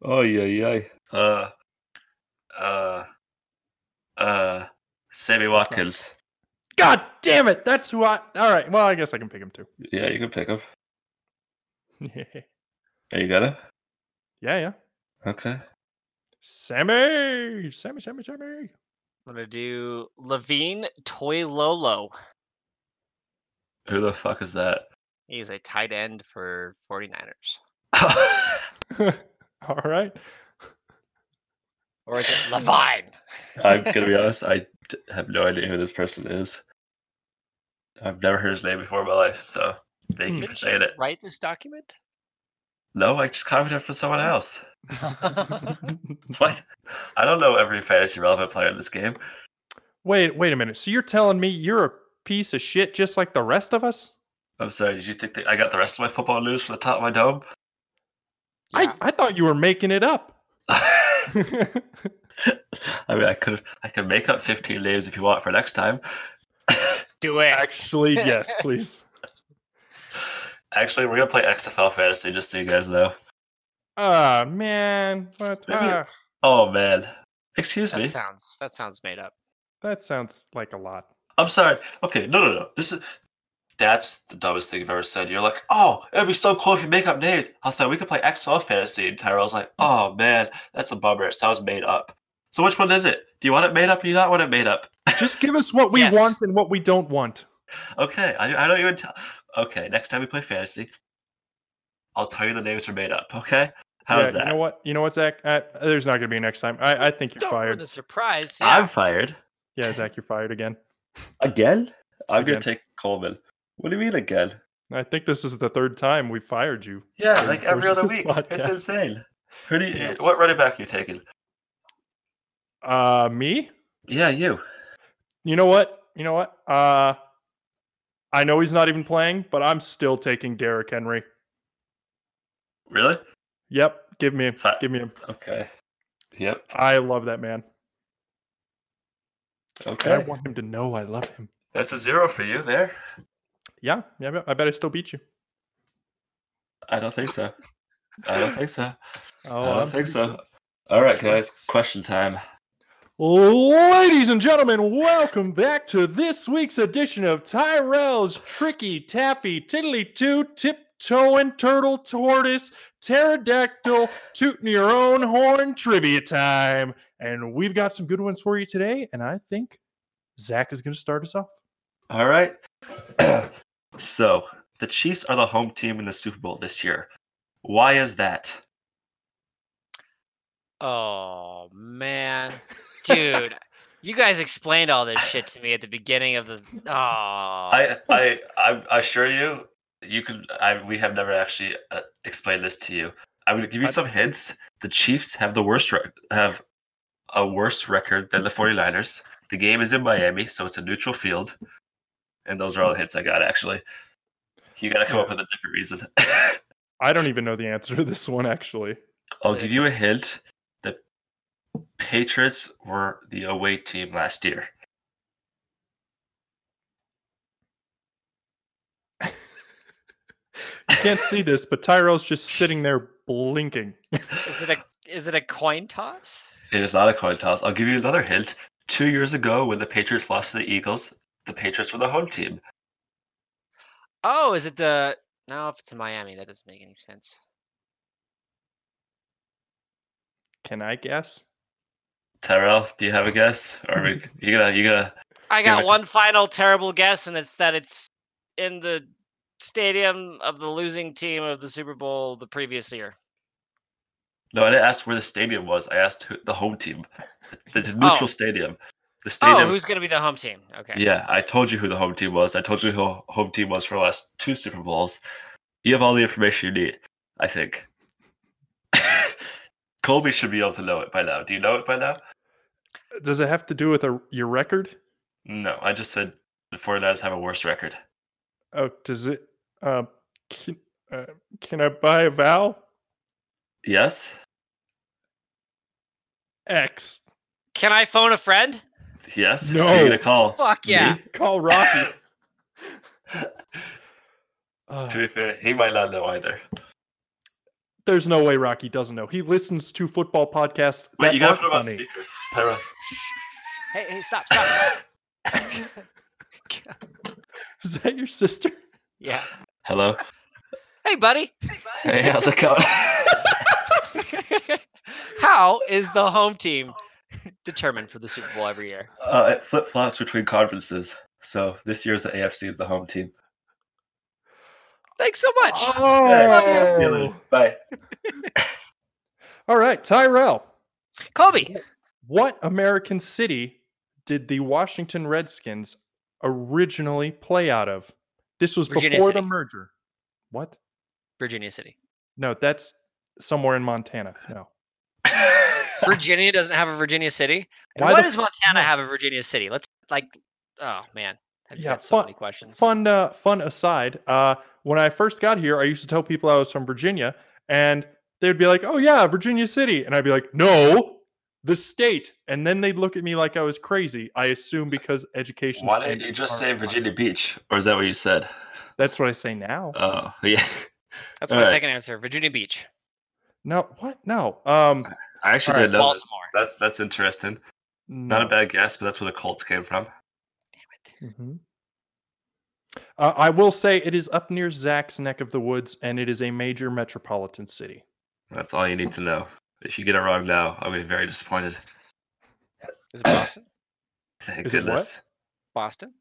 Speaker 3: Oh yeah, yeah. Uh, uh, uh, Sammy Watkins.
Speaker 4: God damn it. That's who I all right. Well, I guess I can pick him [laughs] too.
Speaker 3: Yeah, you can pick him.
Speaker 4: yeah,
Speaker 3: There you got it.
Speaker 4: yeah.
Speaker 3: Okay.
Speaker 4: Sammy. Sammy, Sammy, [laughs] Sammy.
Speaker 5: I'm gonna do Levine Toy Lolo.
Speaker 3: Who the fuck is that?
Speaker 5: He's a tight end for 49ers.
Speaker 4: all right.
Speaker 5: Or is [laughs] it Levine? [laughs]
Speaker 3: I'm gonna [laughs] be honest. I d- have no idea who this person is. I've never heard his name before in my life. So thank you for
Speaker 5: Didn't
Speaker 3: saying
Speaker 5: you
Speaker 3: it.
Speaker 5: Write this [laughs] document?
Speaker 3: No, I just copied it from someone else.
Speaker 5: That's
Speaker 3: What? I don't know every fantasy relevant player in this game.
Speaker 4: Wait, wait a minute. So you're telling me you're a piece of shit just like the rest of us?
Speaker 3: I'm sorry. Did you think that I got the rest of my football news from the top of my dome? [laughs]
Speaker 2: Yeah.
Speaker 4: I, I thought you were making it up.
Speaker 3: I mean, I could I could make up 15 names if you want for next time.
Speaker 5: Do it.
Speaker 4: Actually, yes, please.
Speaker 3: Actually, we're gonna play XFL fantasy just so you guys know.
Speaker 4: Ah, man. What?
Speaker 3: Maybe-
Speaker 4: ah,
Speaker 3: Oh man, excuse
Speaker 5: That
Speaker 3: me.
Speaker 5: sounds that sounds made up.
Speaker 4: that sounds like a [laughs] lot.
Speaker 3: I'm sorry. Okay, no, no, no. This is that's the dumbest thing I've ever said. You're like, oh, it'd be so cool if you make up names. I was like, we could play XFL fantasy, and Tyrell's like, oh man, that's a bummer. It sounds made up. So which one is it? Do you want it made up? Or do you not want it made up?
Speaker 4: Just give us what we
Speaker 5: Yes.
Speaker 4: want and what we don't want.
Speaker 3: Okay, I, I don't even tell. Okay, next time we play fantasy, I'll tell you the names are made up. Okay, how's
Speaker 4: Yeah,
Speaker 3: that?
Speaker 4: You know what? You know what, Zach? I, there's not going to be a next time. I, I think you're
Speaker 5: Don't ruin
Speaker 4: fired.
Speaker 5: the surprise.
Speaker 3: I'm
Speaker 5: yeah.
Speaker 3: fired
Speaker 4: Yeah, Zach, you're fired again.
Speaker 3: again. I'm
Speaker 4: Again.
Speaker 3: gonna take Coleman. What do you mean again?
Speaker 4: I think this is the third time we fired you.
Speaker 3: Yeah,
Speaker 4: During
Speaker 3: like
Speaker 4: the
Speaker 3: every
Speaker 4: course of
Speaker 3: other
Speaker 4: [laughs] this
Speaker 3: week. It's
Speaker 4: podcast.
Speaker 3: insane. Who do you,
Speaker 4: Yeah.
Speaker 3: What running back are you taking?
Speaker 4: Uh, me?
Speaker 3: Yeah, you.
Speaker 4: You know what? You know what? Uh, I know he's not even playing, but I'm still taking Derrick Henry.
Speaker 3: Really?
Speaker 4: Yep, give me him.
Speaker 3: Fi-
Speaker 4: Give me him.
Speaker 3: Okay. Yep.
Speaker 4: I love that man. And I
Speaker 3: Okay.
Speaker 4: want him to know I love him.
Speaker 3: That's a zero for you there.
Speaker 4: Yeah, yeah. I bet- I bet I still beat you.
Speaker 3: I don't think so. I don't think so.
Speaker 4: [laughs] Oh,
Speaker 3: I
Speaker 4: I'm
Speaker 3: don't think
Speaker 4: pretty
Speaker 3: so. All right, guys. Question time.
Speaker 4: Ladies and gentlemen, welcome back to this week's edition of Tyrell's Tricky Taffy Tiddly Too Tiptoeing Turtle Tortoise Pterodactyl Tootin' Your Own Horn Trivia Time. And we've got some good ones for you today, and I think Zach is going to start us off.
Speaker 3: All right. [clears throat] so the Chiefs are the home team in the Super Bowl this year. Why is that?
Speaker 5: Oh man,
Speaker 3: [laughs]
Speaker 5: dude, you guys explained all this shit to me at the beginning of the.
Speaker 3: [laughs]
Speaker 5: Oh,
Speaker 3: I I I I assure you, you can. I we have never actually uh, explained this to you. I'm going to give you
Speaker 4: I-
Speaker 3: some hints. The Chiefs have the worst rec- have a worse record than the 49ers. The game is in Miami, so it's a neutral field. And those are all the hints I got. Actually, you got to come up with a different reason. [laughs]
Speaker 4: I don't even know the answer to this one, actually.
Speaker 3: I'll
Speaker 5: So-
Speaker 3: give you a hint. The Patriots were the away team last year.
Speaker 4: You can't see this, but Tyrell's just sitting there blinking.
Speaker 5: oh. Is it a is it a coin toss?
Speaker 3: It is not a coin toss. I'll give you another hint. Two years ago, when the Patriots lost to the Eagles, the Patriots were the home team.
Speaker 5: Oh, is it the no? If it's in Miami, that doesn't make any sense.
Speaker 4: Can I guess?
Speaker 3: Terrell, do you have a guess? Or are we, you gonna you gonna Yeah,
Speaker 5: I
Speaker 3: I
Speaker 5: got
Speaker 3: can-
Speaker 5: one final terrible guess, and it's that it's in the stadium of the losing team of the Super Bowl the previous year.
Speaker 3: No, I didn't ask where the stadium was. I asked who, the home team. It's a neutral
Speaker 5: Oh.
Speaker 3: stadium. The stadium.
Speaker 5: Oh, who's going to be the home team? Okay.
Speaker 3: Yeah, I told you who the home team was. I told you who home team was for the last two Super Bowls. You have all the information you need, I think. [laughs] Colby should be able to know it by now. Do you know it by now?
Speaker 4: Does it have to do with a, your record?
Speaker 3: No, I just said the 49ers have a worse record.
Speaker 4: Oh, does it? Uh, can, uh, can I buy a vowel?
Speaker 3: Yes?
Speaker 4: X. [laughs]
Speaker 5: Can I phone a friend?
Speaker 3: Yes? Are you
Speaker 4: No.
Speaker 3: gonna call?
Speaker 5: Fuck yeah.
Speaker 3: me?
Speaker 4: Call Rocky. Uh,
Speaker 3: To be fair, he might not know either.
Speaker 4: [sighs] there's no way Rocky doesn't know. He listens to football podcasts. [laughs]
Speaker 3: Wait,
Speaker 4: that
Speaker 3: you gotta
Speaker 4: aren't
Speaker 3: put him on
Speaker 4: funny.
Speaker 3: speaker. Tyra.
Speaker 5: Hey, hey, stop, stop. stop.
Speaker 4: Is that your
Speaker 5: [laughs]
Speaker 4: sister?
Speaker 5: yeah. [laughs]
Speaker 3: Hello.
Speaker 5: Hey, buddy. [laughs]
Speaker 3: Hey, how's it going? [laughs]
Speaker 5: How is the home team determined for the Super Bowl every year?
Speaker 3: Uh, it flip flops between conferences. So this year's the AFC is the home team.
Speaker 5: Thanks so much.
Speaker 3: See you later. Bye.
Speaker 4: Oh. All right, Tyrell.
Speaker 5: Colby,
Speaker 4: What American city did the Washington Redskins originally play out of? This was
Speaker 5: Virginia
Speaker 4: before the
Speaker 5: City.
Speaker 4: merger. What?
Speaker 5: Virginia City.
Speaker 4: No, that's somewhere in Montana. No.
Speaker 5: Virginia doesn't have a Virginia City. And
Speaker 4: Why
Speaker 5: why
Speaker 4: the
Speaker 5: does Montana have a Virginia City? Let's like, oh man, I've
Speaker 4: Yeah,
Speaker 5: got so
Speaker 4: fun-
Speaker 5: many questions.
Speaker 4: Fun uh, fun aside, uh, when I first got here, I used to tell people I was from Virginia, and they'd be like, "Oh yeah, Virginia City," and I'd be like, "No, the state." And then they'd look at me like I was crazy. I
Speaker 3: [laughs]
Speaker 4: assume because education.
Speaker 3: Why didn't
Speaker 4: standards
Speaker 3: you just say
Speaker 4: aren't high.
Speaker 3: Virginia Beach? Or is that what you said?
Speaker 4: That's what I say now.
Speaker 3: Oh, [laughs] yeah.
Speaker 5: That's my
Speaker 3: alright.
Speaker 5: second answer. Virginia Beach,
Speaker 4: no, what? No.
Speaker 3: [laughs]
Speaker 4: Um,
Speaker 3: I actually
Speaker 4: All right, Hmm.
Speaker 3: didn't know this.
Speaker 5: Baltimore.
Speaker 3: That's that's interesting. Not a bad guess, but that's where the Colts came from.
Speaker 4: Mhm. Uh, I will say it is up near Zach's neck of the woods, and it is a major metropolitan city.
Speaker 3: That's all you need to know. If you get it wrong now, I'll be very disappointed. [laughs]
Speaker 5: Is it Boston?
Speaker 3: Thank
Speaker 4: Is it what?
Speaker 3: goodness.
Speaker 5: Boston.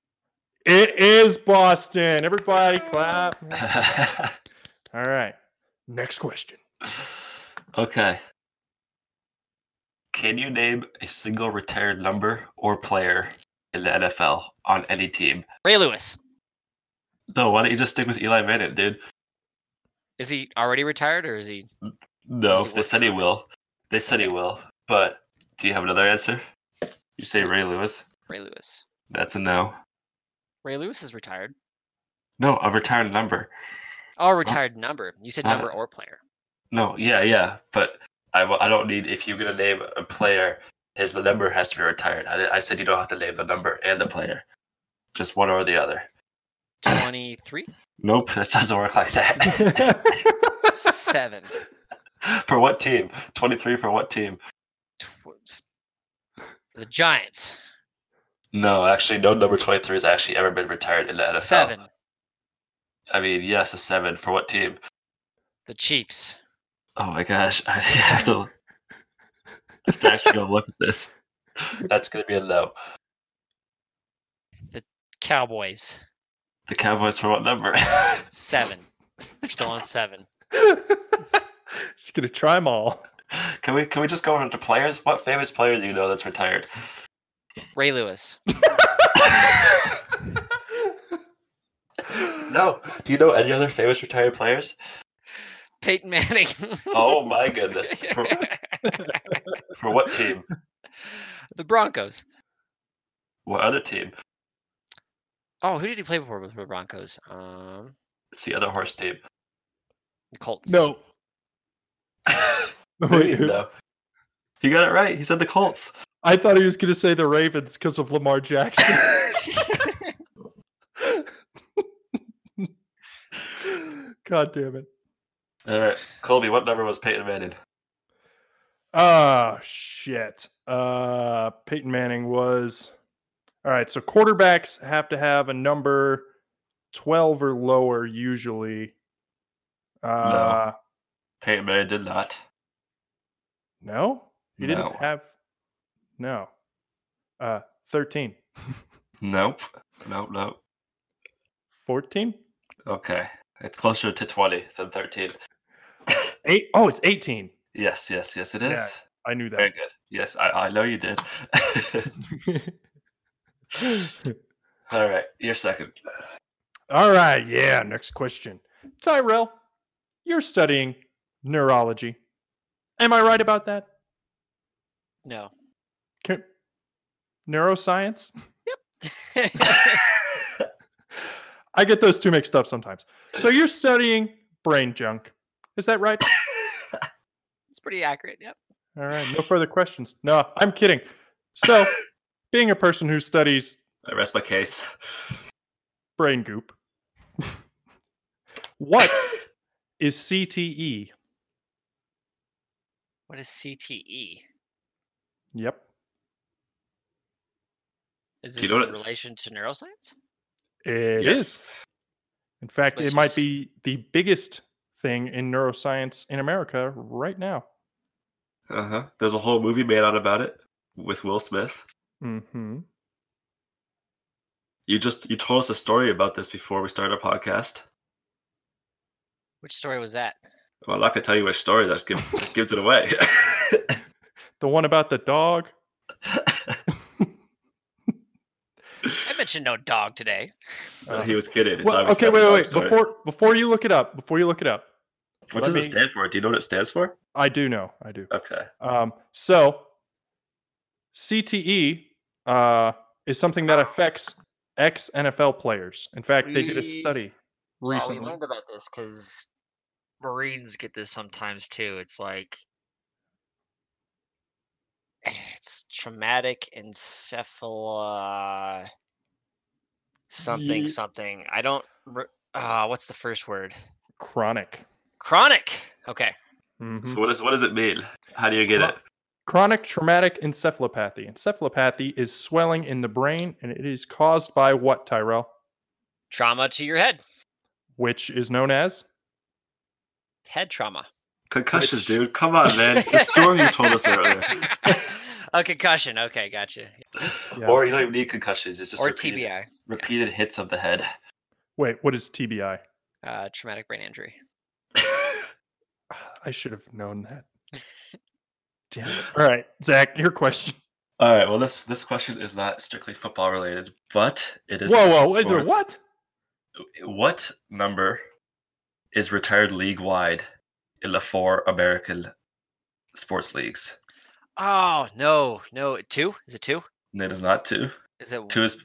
Speaker 4: It is Boston.
Speaker 3: [laughs]
Speaker 4: Everybody clap. All right. Next [laughs] question.
Speaker 3: okay. Can you name a single retired number or player in the NFL on any team?
Speaker 5: Ray Lewis.
Speaker 3: No, why don't you just stick with Eli Manning, dude?
Speaker 5: Is he already retired or is he? Is
Speaker 3: No,
Speaker 5: he
Speaker 3: they said he will. They said he will. But do you have another answer? You say Ray Lewis?
Speaker 5: Ray Lewis.
Speaker 3: That's a no.
Speaker 5: Ray Lewis is retired.
Speaker 3: No, a retired number.
Speaker 5: Oh, retired number. You said
Speaker 3: Uh,
Speaker 5: number or player.
Speaker 3: No, yeah, yeah, but I, wa- I don't need if you're gonna name a player, his the number has to be retired. I, di- I said you don't have to name the number and the player, just one or the other.
Speaker 5: Twenty-three,
Speaker 3: Nope, [laughs] that doesn't work like that. [laughs]
Speaker 5: seven.
Speaker 3: for what team? Twenty three for what team?
Speaker 5: Tw- the Giants.
Speaker 3: No, actually, no number twenty three has actually ever been retired in the NFL.
Speaker 5: Seven.
Speaker 3: I mean, yes, a seven for what team?
Speaker 5: The Chiefs.
Speaker 3: Oh my gosh, I [laughs] have to. I have to actually go look at this. That's gonna be a no.
Speaker 5: Cowboys.
Speaker 3: The Cowboys for what number? [laughs]
Speaker 5: Seven. We're still on seven.
Speaker 4: Just gonna try them all.
Speaker 3: Can we can we just go on to players? What famous player do you know that's retired?
Speaker 5: Ray Lewis.
Speaker 3: [gasps] No. Do you know any other famous retired players?
Speaker 5: Peyton Manning.
Speaker 3: Oh my goodness. For, for what team?
Speaker 5: [laughs] the Broncos.
Speaker 3: What other team?
Speaker 5: Oh, who did he play before with the Broncos? Um,
Speaker 3: It's the other horse team. [laughs]
Speaker 5: the Colts.
Speaker 4: No. [laughs]
Speaker 3: Wait,
Speaker 4: who-
Speaker 3: no. He got it right. He said the Colts.
Speaker 4: I thought he was gonna say the Ravens because of Lamar Jackson. [laughs] God damn it.
Speaker 3: All right, Uh, Colby, what number was Peyton Manning?
Speaker 4: Ah, shit. Uh, Peyton Manning was. All right, so quarterbacks have to have a number 12 or lower usually. Uh,
Speaker 3: Peyton Manning did not.
Speaker 4: no. You didn't
Speaker 3: No.
Speaker 4: have. No. Uh, 13.
Speaker 3: Nope. Nope. Nope.
Speaker 4: 14?
Speaker 3: Okay, it's closer to twenty than thirteen.
Speaker 4: Eight. Oh, it's 18.
Speaker 3: Yes, yes, yes, it
Speaker 4: Yeah,
Speaker 3: is.
Speaker 4: I knew
Speaker 3: Very good. Yes, I, I know you
Speaker 4: [laughs]
Speaker 3: did. [laughs]
Speaker 4: that.
Speaker 3: All right, you're second.
Speaker 4: All right. Yeah. Next question. Tyrell, you're studying neurology. Am I right about that?
Speaker 5: [laughs] No. [laughs]
Speaker 4: Can- neuroscience? I get those two mixed up sometimes. So you're studying brain junk. Is that right?
Speaker 5: it's pretty accurate. Yep.
Speaker 4: All right. No further questions. No, I'm kidding. So, being a person who studies
Speaker 3: I rest my case.
Speaker 4: brain goop, [laughs] what is E? CTE?
Speaker 5: What is E? CTE?
Speaker 4: Yep.
Speaker 5: Is
Speaker 3: Do you
Speaker 5: this
Speaker 3: know
Speaker 5: in
Speaker 3: what it is?
Speaker 5: relation to neuroscience?
Speaker 4: it is. In fact,
Speaker 5: Which
Speaker 4: it might
Speaker 5: is-
Speaker 4: be the biggest thing in neuroscience in America right now.
Speaker 3: Uh huh. There's a whole movie made out about it with Will Smith.
Speaker 4: Mm-hmm.
Speaker 3: You just you told us a story about this before we started our podcast.
Speaker 5: Which story was that?
Speaker 3: Well, I'm not gonna tell you which story that gives that gives it away. [laughs]
Speaker 4: The one about the dog.
Speaker 5: I mentioned no dog today.
Speaker 3: No, he was kidding. It's
Speaker 4: Uh, Well,
Speaker 3: obviously
Speaker 4: okay,
Speaker 3: not the
Speaker 4: wait, wait,
Speaker 3: dog
Speaker 4: wait.
Speaker 3: story.
Speaker 4: Before before you look it up, before you look it up,
Speaker 3: what
Speaker 4: let
Speaker 3: does it
Speaker 4: me-
Speaker 3: stand for? Do you know what it stands for?
Speaker 4: I do know, I do.
Speaker 3: Okay.
Speaker 4: Um, so CTE uh, is something that affects ex NFL players. In fact, they did a
Speaker 5: We-
Speaker 4: study
Speaker 5: Well, we
Speaker 4: recently.
Speaker 5: learned about this because Marines get this sometimes too. It's like it's traumatic encephalo something
Speaker 4: Ye-
Speaker 5: something. I don't. Re- uh, what's the first word?
Speaker 4: Chronic.
Speaker 5: Chronic. Okay.
Speaker 4: Mhm.
Speaker 3: So what is what does it mean? How do you get
Speaker 4: Well,
Speaker 3: it?
Speaker 4: Chronic traumatic encephalopathy. Encephalopathy is swelling in the brain, and it is caused by what, Tyrell?
Speaker 5: Trauma to your head.
Speaker 4: Which is known as?
Speaker 5: Head trauma.
Speaker 3: Concussions,
Speaker 4: which-
Speaker 3: dude. Come on, man. The story you told us
Speaker 5: [laughs]
Speaker 3: earlier.
Speaker 5: a concussion. Okay, gotcha.
Speaker 4: Yeah.
Speaker 3: Or you don't even need concussions. It's just
Speaker 5: or
Speaker 3: repeated,
Speaker 5: TBI,
Speaker 3: repeated hits of the [laughs] head.
Speaker 4: Wait, what is TBI?
Speaker 5: uh, traumatic brain injury.
Speaker 4: I should have known that. Damn it. All right, Zach, your question.
Speaker 3: All right. Well, this this question is not strictly football related, but it is.
Speaker 4: Whoa, whoa, wait,
Speaker 3: sports.
Speaker 4: what?
Speaker 3: What number is retired league wide in the four American sports leagues?
Speaker 5: Oh no, no. Two? Is it two?
Speaker 3: And it is not two.
Speaker 5: Is it
Speaker 3: Two is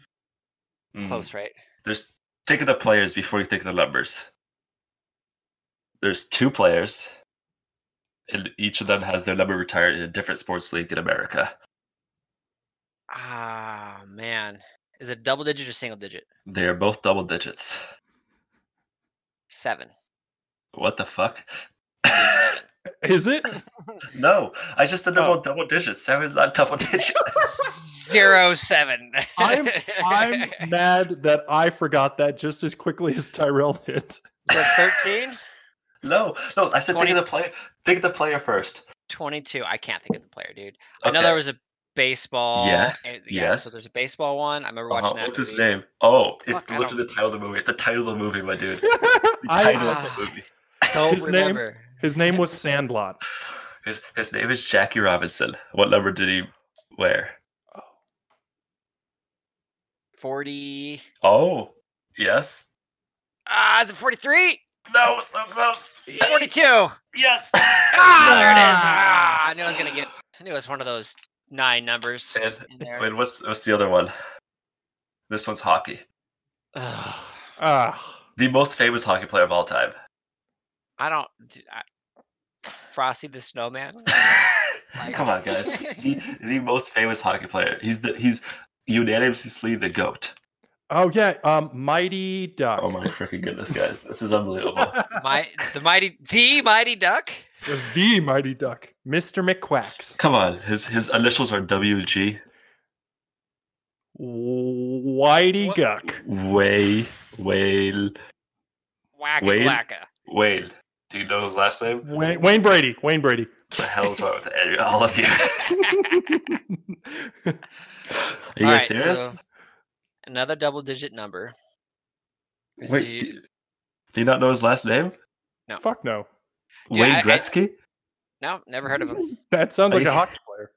Speaker 3: Mm,
Speaker 5: close? Right.
Speaker 3: There's think of the players before you think of the numbers. There's two players, and each of them has their number retired in a different sports league in America.
Speaker 5: Ah, man. Is it double digit or single digit?
Speaker 3: They are both double digits. [laughs]
Speaker 5: Seven.
Speaker 3: What the fuck? [laughs]
Speaker 4: Is it?
Speaker 3: no, I just said they're
Speaker 4: Oh.
Speaker 3: both double digits. Seven's not double [laughs] digits.
Speaker 5: Zero seven.
Speaker 4: I'm-
Speaker 3: [laughs]
Speaker 5: [laughs]
Speaker 4: I'm mad that I forgot that just as quickly as Tyrell did.
Speaker 5: So 13,
Speaker 3: No, no, I said think
Speaker 5: 20
Speaker 3: of the player. Think of the player first.
Speaker 5: 22. I can't think of the player, dude. I know there
Speaker 3: Okay.
Speaker 5: was a baseball.
Speaker 3: Yes,
Speaker 5: eh,
Speaker 3: yes.
Speaker 5: So there's a baseball one. I remember
Speaker 3: Uh-huh,
Speaker 5: watching that.
Speaker 3: What's his
Speaker 5: movie.
Speaker 3: name? Oh, it's
Speaker 5: Fuck, I
Speaker 3: literally the title of the movie. It's the title of the movie, my dude. The title
Speaker 4: I,
Speaker 3: of the
Speaker 5: Ah.
Speaker 3: movie.
Speaker 5: Don't
Speaker 4: His name?
Speaker 5: remember.
Speaker 4: his name was Sandlot.
Speaker 3: His, his name is Jackie Robinson. What number did he wear?
Speaker 5: 40.
Speaker 3: Oh, yes.
Speaker 5: Ah, is it 43?
Speaker 3: No, so close.
Speaker 5: 42. Ah,
Speaker 3: [laughs] Yes.
Speaker 5: there it is. Ah, I knew I was going to get. I knew it was one of those nine numbers
Speaker 3: And,
Speaker 5: in there.
Speaker 3: and what's what's the other one? This one's hockey.
Speaker 5: Ugh.
Speaker 4: Ah,
Speaker 3: The most famous hockey player of all time. [laughs]
Speaker 5: I don't. d- I, Frosty the Snowman. [laughs]
Speaker 3: Come on, guys. the, the most famous hockey player. He's the he's unanimously the goat.
Speaker 4: Oh yeah, um, Mighty Duck.
Speaker 3: Oh my freaking goodness, guys! This is unbelievable.
Speaker 5: My the mighty the mighty duck.
Speaker 4: [laughs] the Mighty Duck, Mr. McQuacks.
Speaker 3: Come on, his his initials are WG.
Speaker 4: Whitey
Speaker 5: What-
Speaker 4: Guck.
Speaker 3: Way whale
Speaker 5: Whack
Speaker 3: Wade?
Speaker 5: whacka. [laughs]
Speaker 3: whale. Do you know his last name?
Speaker 4: Wayne, Wayne Brady.
Speaker 3: [laughs]
Speaker 4: Wayne Brady. [laughs]
Speaker 3: The hell is wrong with any- all of you? Are you
Speaker 5: All
Speaker 3: guys
Speaker 5: right,
Speaker 3: serious?
Speaker 5: so another double digit number. Is
Speaker 3: Wait,
Speaker 5: he-
Speaker 3: do, do you not know his last name?
Speaker 5: No.
Speaker 4: Fuck no.
Speaker 5: Yeah,
Speaker 3: Wayne
Speaker 5: I- I-
Speaker 3: Gretzky?
Speaker 5: no, never heard of him.
Speaker 3: [laughs]
Speaker 4: That sounds
Speaker 3: Are
Speaker 4: like
Speaker 3: you-
Speaker 4: a hockey player.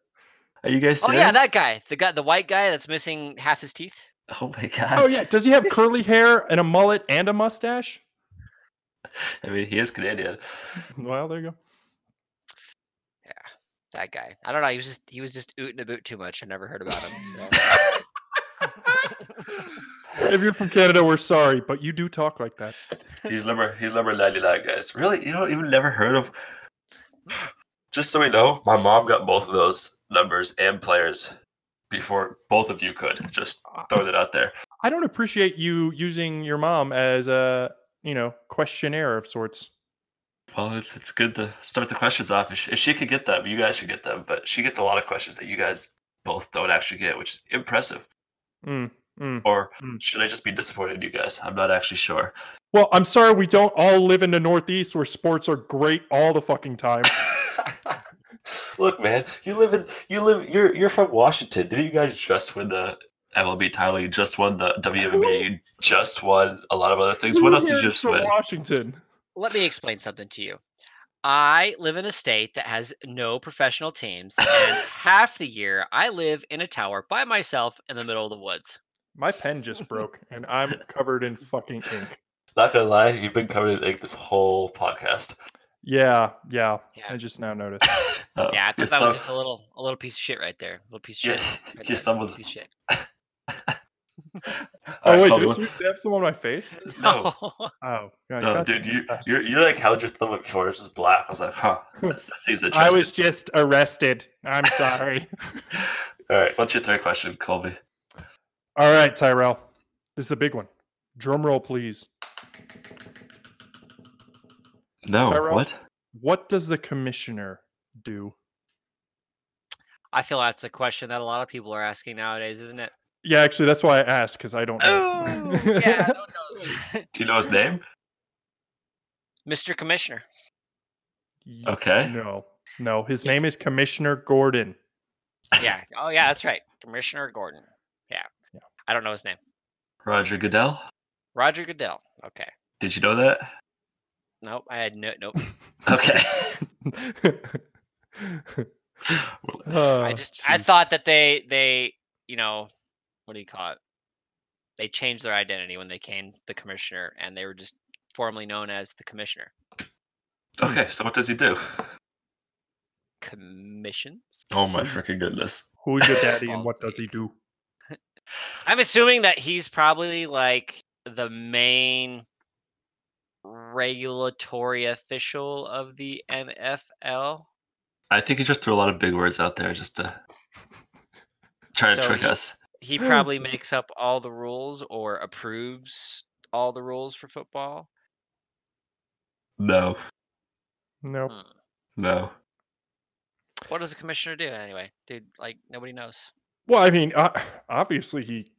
Speaker 3: Are you guys
Speaker 5: Oh
Speaker 3: serious?
Speaker 5: yeah, that guy, the guy, the white guy that's missing half his teeth.
Speaker 3: Oh my god.
Speaker 4: [laughs] Oh yeah. Does he have curly hair and a mullet and a mustache?
Speaker 3: I mean, he is
Speaker 5: [laughs]
Speaker 3: Canadian.
Speaker 4: Well, there you go.
Speaker 5: That guy. I don't know. He was just he was just ooting a boot too much. I never heard about him. So.
Speaker 4: If you're from Canada, we're sorry, but you do talk like that.
Speaker 3: He's number he's number ninety nine, guys. Really? You don't even never heard of? [sighs] Just so we know, my mom got both of those numbers and players before both of you could. Just throw that out there.
Speaker 4: I don't appreciate you using your mom as a you know questionnaire of sorts.
Speaker 3: Well, it's, it's good to start the questions off. If she, if she could get them, you guys should get them. But she gets a lot of questions that you guys both don't actually get, which is impressive.
Speaker 4: Mm, mm.
Speaker 3: Or
Speaker 4: Mm.
Speaker 3: should I just be disappointed in you guys? I'm not actually sure.
Speaker 4: Well, I'm sorry we don't all live in the Northeast where sports are great all the
Speaker 3: [laughs]
Speaker 4: fucking time.
Speaker 3: [laughs] Look, man, you live in you live you're you're from Washington. Did you guys just win the MLB title? You just won the WNBA. You just won a lot of other things. What
Speaker 4: Who
Speaker 3: else did you
Speaker 4: cares
Speaker 3: just
Speaker 4: for
Speaker 3: win?
Speaker 4: Washington.
Speaker 5: Let me explain something to you. I live in a state that has no professional teams, and
Speaker 3: [laughs]
Speaker 5: half the year I live in a tower by myself in the middle of the woods.
Speaker 4: My pen just broke and I'm covered in fucking ink.
Speaker 3: Not gonna lie, you've been covered in ink this whole podcast.
Speaker 4: Yeah, yeah.
Speaker 5: Yeah.
Speaker 4: I just
Speaker 3: [laughs]
Speaker 4: now noticed.
Speaker 3: Uh,
Speaker 5: Yeah, I
Speaker 3: your
Speaker 5: thought that was
Speaker 3: thumb-
Speaker 5: just a little a little piece of shit right there. A little piece
Speaker 3: your- [laughs]
Speaker 5: of shit.
Speaker 3: your
Speaker 5: right there,
Speaker 3: thumb was-
Speaker 5: piece of shit. [laughs]
Speaker 4: oh
Speaker 3: Alright,
Speaker 4: wait,
Speaker 3: Colby,
Speaker 4: did
Speaker 3: what-
Speaker 4: you stab someone on my face?
Speaker 3: [laughs] Oh, [laughs] No.
Speaker 4: Oh, God,
Speaker 3: No,
Speaker 4: God
Speaker 3: dude,
Speaker 4: damn
Speaker 3: you,
Speaker 4: it.
Speaker 3: you're, you're like held your thumb up before. It's just black. I was like, huh, [laughs] that's, that seems
Speaker 4: I
Speaker 3: interesting.
Speaker 4: was just arrested. I'm sorry.
Speaker 3: All right, what's your third question, Colby?
Speaker 4: All right, Tyrell. This is a big one. Drum roll, please.
Speaker 3: No,
Speaker 4: Tyrell?
Speaker 3: what?
Speaker 4: What does the commissioner do?
Speaker 5: I feel that's a question that a lot of people are asking nowadays, isn't it?
Speaker 4: Yeah, actually, that's why I asked because I don't know.
Speaker 5: Oh, [laughs] yeah, no one knows.
Speaker 3: Do you know his name?
Speaker 5: Mr. Commissioner.
Speaker 4: Y-
Speaker 3: Okay.
Speaker 4: No, no. His name is Commissioner
Speaker 5: [laughs]
Speaker 4: Gordon.
Speaker 5: Yeah. Oh, yeah, that's right. Commissioner Gordon. Yeah. I don't know his name.
Speaker 3: Roger Goodell.
Speaker 5: Roger Goodell. Okay.
Speaker 3: Did you know [laughs] that?
Speaker 5: Nope. I had no. Nope.
Speaker 3: [laughs] Okay.
Speaker 4: Uh, Oh,
Speaker 5: I just I thought that they they you know what do you call it? They changed their identity when they came the commissioner, and they were just formerly known as the commissioner.
Speaker 3: Okay, so what does he do?
Speaker 5: Commissions.
Speaker 3: Oh my freaking goodness.
Speaker 4: who's your daddy and
Speaker 5: Bald [laughs]
Speaker 4: what does he
Speaker 5: pig.
Speaker 4: do?
Speaker 5: I'm assuming that he's probably like the main regulatory official of the NFL.
Speaker 3: I think he just threw a lot of big words out there just to try to
Speaker 5: So
Speaker 3: trick
Speaker 5: he-
Speaker 3: us.
Speaker 5: He probably makes up all the rules or approves all the rules for football.
Speaker 3: No,
Speaker 4: No.
Speaker 5: Hmm.
Speaker 3: no.
Speaker 5: What does a commissioner do anyway, dude? Like nobody knows.
Speaker 4: Well, I mean, uh, obviously he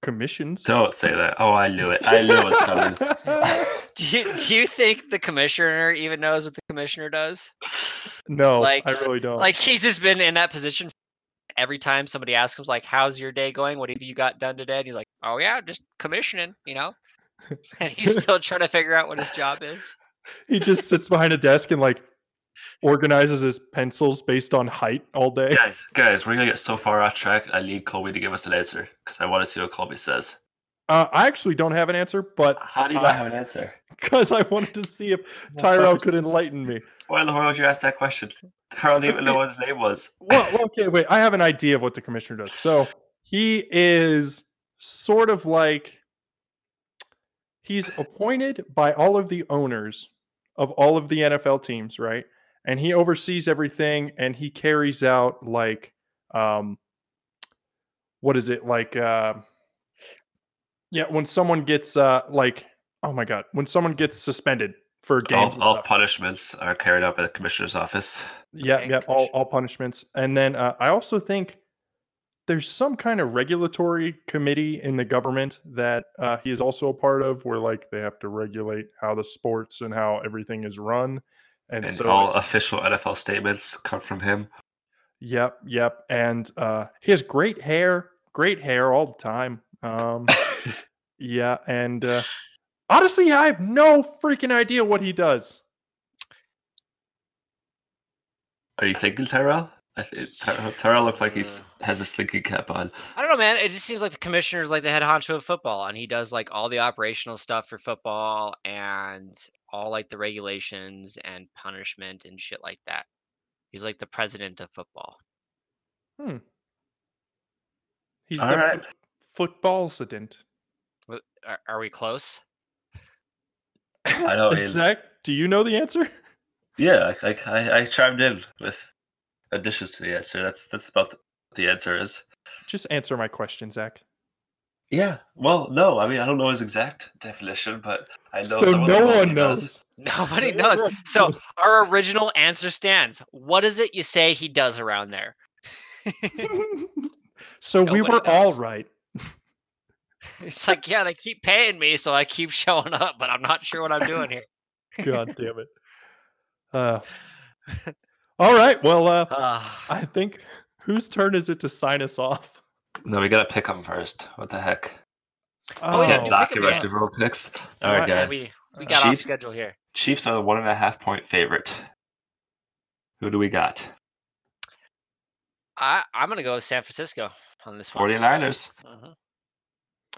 Speaker 4: commissions.
Speaker 3: Don't say that. Oh, I knew it. I knew it was
Speaker 4: [laughs]
Speaker 3: coming.
Speaker 5: Do you, do you think the commissioner even knows what the commissioner does?
Speaker 4: no,
Speaker 5: Like-
Speaker 4: I really don't.
Speaker 5: Like he's just been in that position every time somebody asks him like, "How's your day going? What have you got done today?" And he's like, "Oh yeah, just commissioning," you know. And he's still trying to figure out what his job is.
Speaker 4: he just sits behind a desk and like organizes his pencils based on height all day.
Speaker 3: guys, guys, we're gonna get so far off track. I need Colby to give us an answer because I want to see what Colby says.
Speaker 4: Uh, I actually don't have an answer, but [laughs]
Speaker 3: How do you
Speaker 4: Uh,
Speaker 3: not have an answer?
Speaker 4: because I wanted to see if
Speaker 3: Well,
Speaker 4: Tyrell
Speaker 3: first-
Speaker 4: could enlighten me.
Speaker 3: Why in the world would you ask that question? I don't even know what his name [laughs] was.
Speaker 4: Well, well, okay, wait. I have an idea of what the commissioner does. So he is sort of like he's appointed by all of the owners of all of the NFL teams, right? And he oversees everything and he carries out like um what is it like uh Yeah, when someone gets uh like oh my god, when someone gets suspended for games
Speaker 3: All,
Speaker 4: and
Speaker 3: all
Speaker 4: stuff.
Speaker 3: punishments are carried out by the commissioner's office.
Speaker 4: yeah,
Speaker 5: Okay,
Speaker 4: yeah, all,
Speaker 5: commission-
Speaker 4: all punishments. And then uh, I also think there's some kind of regulatory committee in the government that uh, he is also a part of, where like they have to regulate how the sports and how everything is run. And,
Speaker 3: And,
Speaker 4: so,
Speaker 3: all official NFL statements come from him.
Speaker 4: yep, yep. And uh, he has great hair, great hair all the time. Um, yeah, and uh, honestly, I have no freaking idea what he does.
Speaker 3: Are you thinking Tyrell? I think Ty- Tyrell looks like he's has his thinking cap on.
Speaker 5: I don't know, man. It just seems like the commissioner's like the head honcho of football, and he does like all the operational stuff for football and all like the regulations and punishment and shit like that. He's like the president of football.
Speaker 4: He's
Speaker 3: All
Speaker 4: the
Speaker 3: right.
Speaker 4: foot- football student.
Speaker 5: Are, are we close?
Speaker 3: I
Speaker 4: [laughs]
Speaker 3: know. Ian.
Speaker 4: Zach, do you know the answer?
Speaker 3: Yeah, I, I- I, I chimed in with additions to the answer. That's that's about the, the answer is.
Speaker 4: Just answer my question, Zach. [laughs]
Speaker 3: Yeah. Well, no. I mean, I don't know his exact definition, but I know.
Speaker 4: So
Speaker 3: some of the
Speaker 4: no
Speaker 3: rules he
Speaker 4: one
Speaker 3: does.
Speaker 4: knows.
Speaker 5: Nobody
Speaker 4: No one
Speaker 5: knows. So
Speaker 4: knows.
Speaker 5: our original answer stands. What is it you say he does around
Speaker 4: [laughs]
Speaker 5: there?
Speaker 4: so we
Speaker 5: Nobody
Speaker 4: were all
Speaker 5: knows.
Speaker 4: right.
Speaker 5: It's like, yeah, they keep paying me, so I keep [laughs] showing up, but I'm not sure what I'm doing here.
Speaker 4: God damn it. Uh, all right. Well, uh,
Speaker 5: Ah,
Speaker 4: [laughs] I think whose turn is it to sign us off?
Speaker 3: No, we gotta pick him first. What the heck?
Speaker 5: Oh,
Speaker 3: We can't
Speaker 4: Um,
Speaker 5: yeah, you pick
Speaker 3: dock
Speaker 5: 'em,
Speaker 3: him our
Speaker 5: yeah.
Speaker 3: Super Bowl picks. All right,
Speaker 4: Alright,
Speaker 5: yeah,
Speaker 3: guys.
Speaker 5: we we
Speaker 4: Uh,
Speaker 5: got off
Speaker 3: Chiefs?
Speaker 5: schedule here.
Speaker 3: Chiefs are the one and a half point favorite. Who do we got?
Speaker 5: I I'm gonna go with San Francisco on this one.
Speaker 3: 49ers.
Speaker 5: Mhm.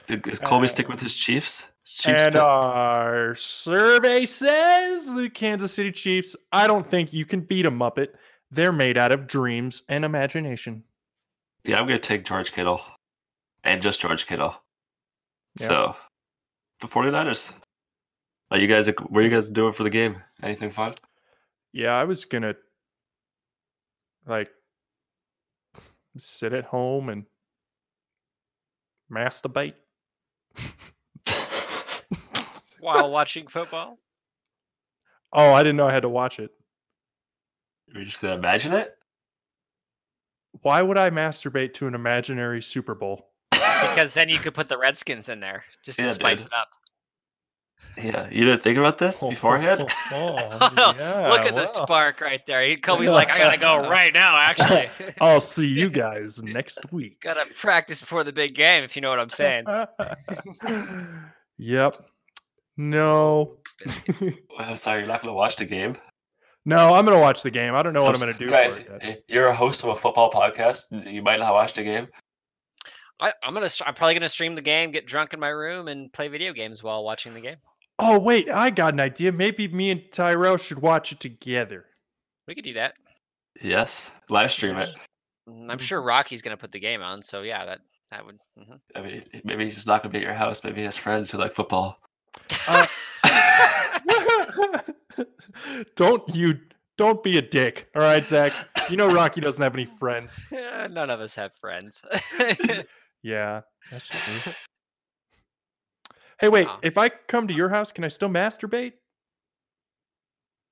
Speaker 3: Did- Is Colby
Speaker 4: Uh,
Speaker 3: stick with his Chiefs? His Chiefs
Speaker 4: and uh,
Speaker 3: pick?
Speaker 4: our survey says the Kansas City Chiefs. I don't think you can beat a Muppet. They're made out of dreams and imagination.
Speaker 3: yeah, I'm gonna take George Kittle, and just George Kittle.
Speaker 4: Yeah.
Speaker 3: So, the 49ers. Are you guys? What are you guys doing for the game? Anything fun?
Speaker 4: Yeah, I was gonna like sit at home and masturbate.
Speaker 5: While watching football,
Speaker 4: Oh, I didn't know I had to watch it.
Speaker 3: You're just gonna imagine it.
Speaker 4: Why would I masturbate to an imaginary Super Bowl?
Speaker 5: because then you could put the Redskins in there just to
Speaker 3: Yeah,
Speaker 5: spice
Speaker 3: dude.
Speaker 5: it up.
Speaker 3: Yeah, you didn't think about this
Speaker 5: [laughs]
Speaker 3: beforehand.
Speaker 4: Oh, yeah,
Speaker 5: Look at the
Speaker 4: wow.
Speaker 5: spark right there.
Speaker 4: [laughs]
Speaker 5: He- Kobe's like, I gotta go right now. Actually,
Speaker 4: I'll
Speaker 5: [laughs]
Speaker 4: see you guys next week.
Speaker 5: gotta practice before the big game if you
Speaker 3: [laughs]
Speaker 5: know what I'm saying.
Speaker 4: [laughs] yep. No.
Speaker 3: [laughs] I'm sorry, you're not gonna watch the game.
Speaker 4: no, I'm gonna watch the game. I don't know what I'm
Speaker 3: s-
Speaker 4: gonna do. for
Speaker 3: guys.
Speaker 4: it yet.
Speaker 3: y- You're a host of a football podcast. and You might not watch the game.
Speaker 5: I, I'm gonna. str- I'm probably gonna stream the game, get drunk in my room, and play video games while watching the game.
Speaker 4: Oh wait, I got an idea. Maybe me and Tyrell should watch it together.
Speaker 5: We could do that.
Speaker 3: Yes, live stream it. Mm-hmm.
Speaker 5: Mm, I'm sure Rocky's gonna put the game on, so yeah, that that would. mhm.
Speaker 3: I mean, maybe he's just not gonna be at your house. Maybe he has friends who like football.
Speaker 4: Uh, [laughs] don't you don't be a dick. All right, Zach. You know Rocky doesn't have any friends.
Speaker 5: Eh, [laughs] None of us have friends. [laughs]
Speaker 4: Yeah. That's true. Hey, wait.
Speaker 5: Wow.
Speaker 4: If I come to your house, can I still masturbate?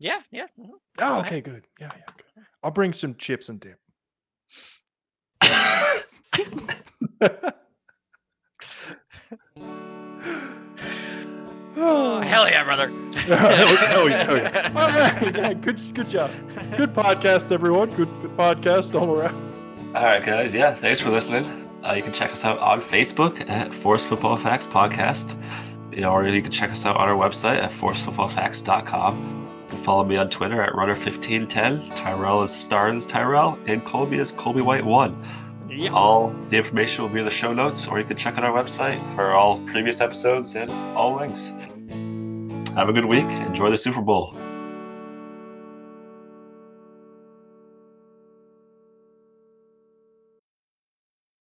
Speaker 5: yeah, yeah. mhm.
Speaker 4: Oh,
Speaker 5: Alright.
Speaker 4: okay, good. Yeah, yeah, good. I'll bring some chips and dip.
Speaker 5: [laughs]
Speaker 4: [laughs]
Speaker 5: Oh, hell yeah, brother.
Speaker 4: [laughs] oh, yeah, oh, yeah. All right. Yeah, good, good job. Good podcast, everyone. Good, good podcast all around.
Speaker 3: All right, guys. Yeah, thanks for listening. Uh, you can check us out on Facebook at Force Football Facts Podcast, You know, or you can check us out on our website at forcefootballfacts.com. You can follow me on Twitter at Runner1510. Tyrell is Starns Tyrell, and Colby is Colby White1.
Speaker 4: Yeah.
Speaker 3: All the information will be in the show notes, or you can check out our website for all previous episodes and all links. Have a good week. Enjoy the Super Bowl.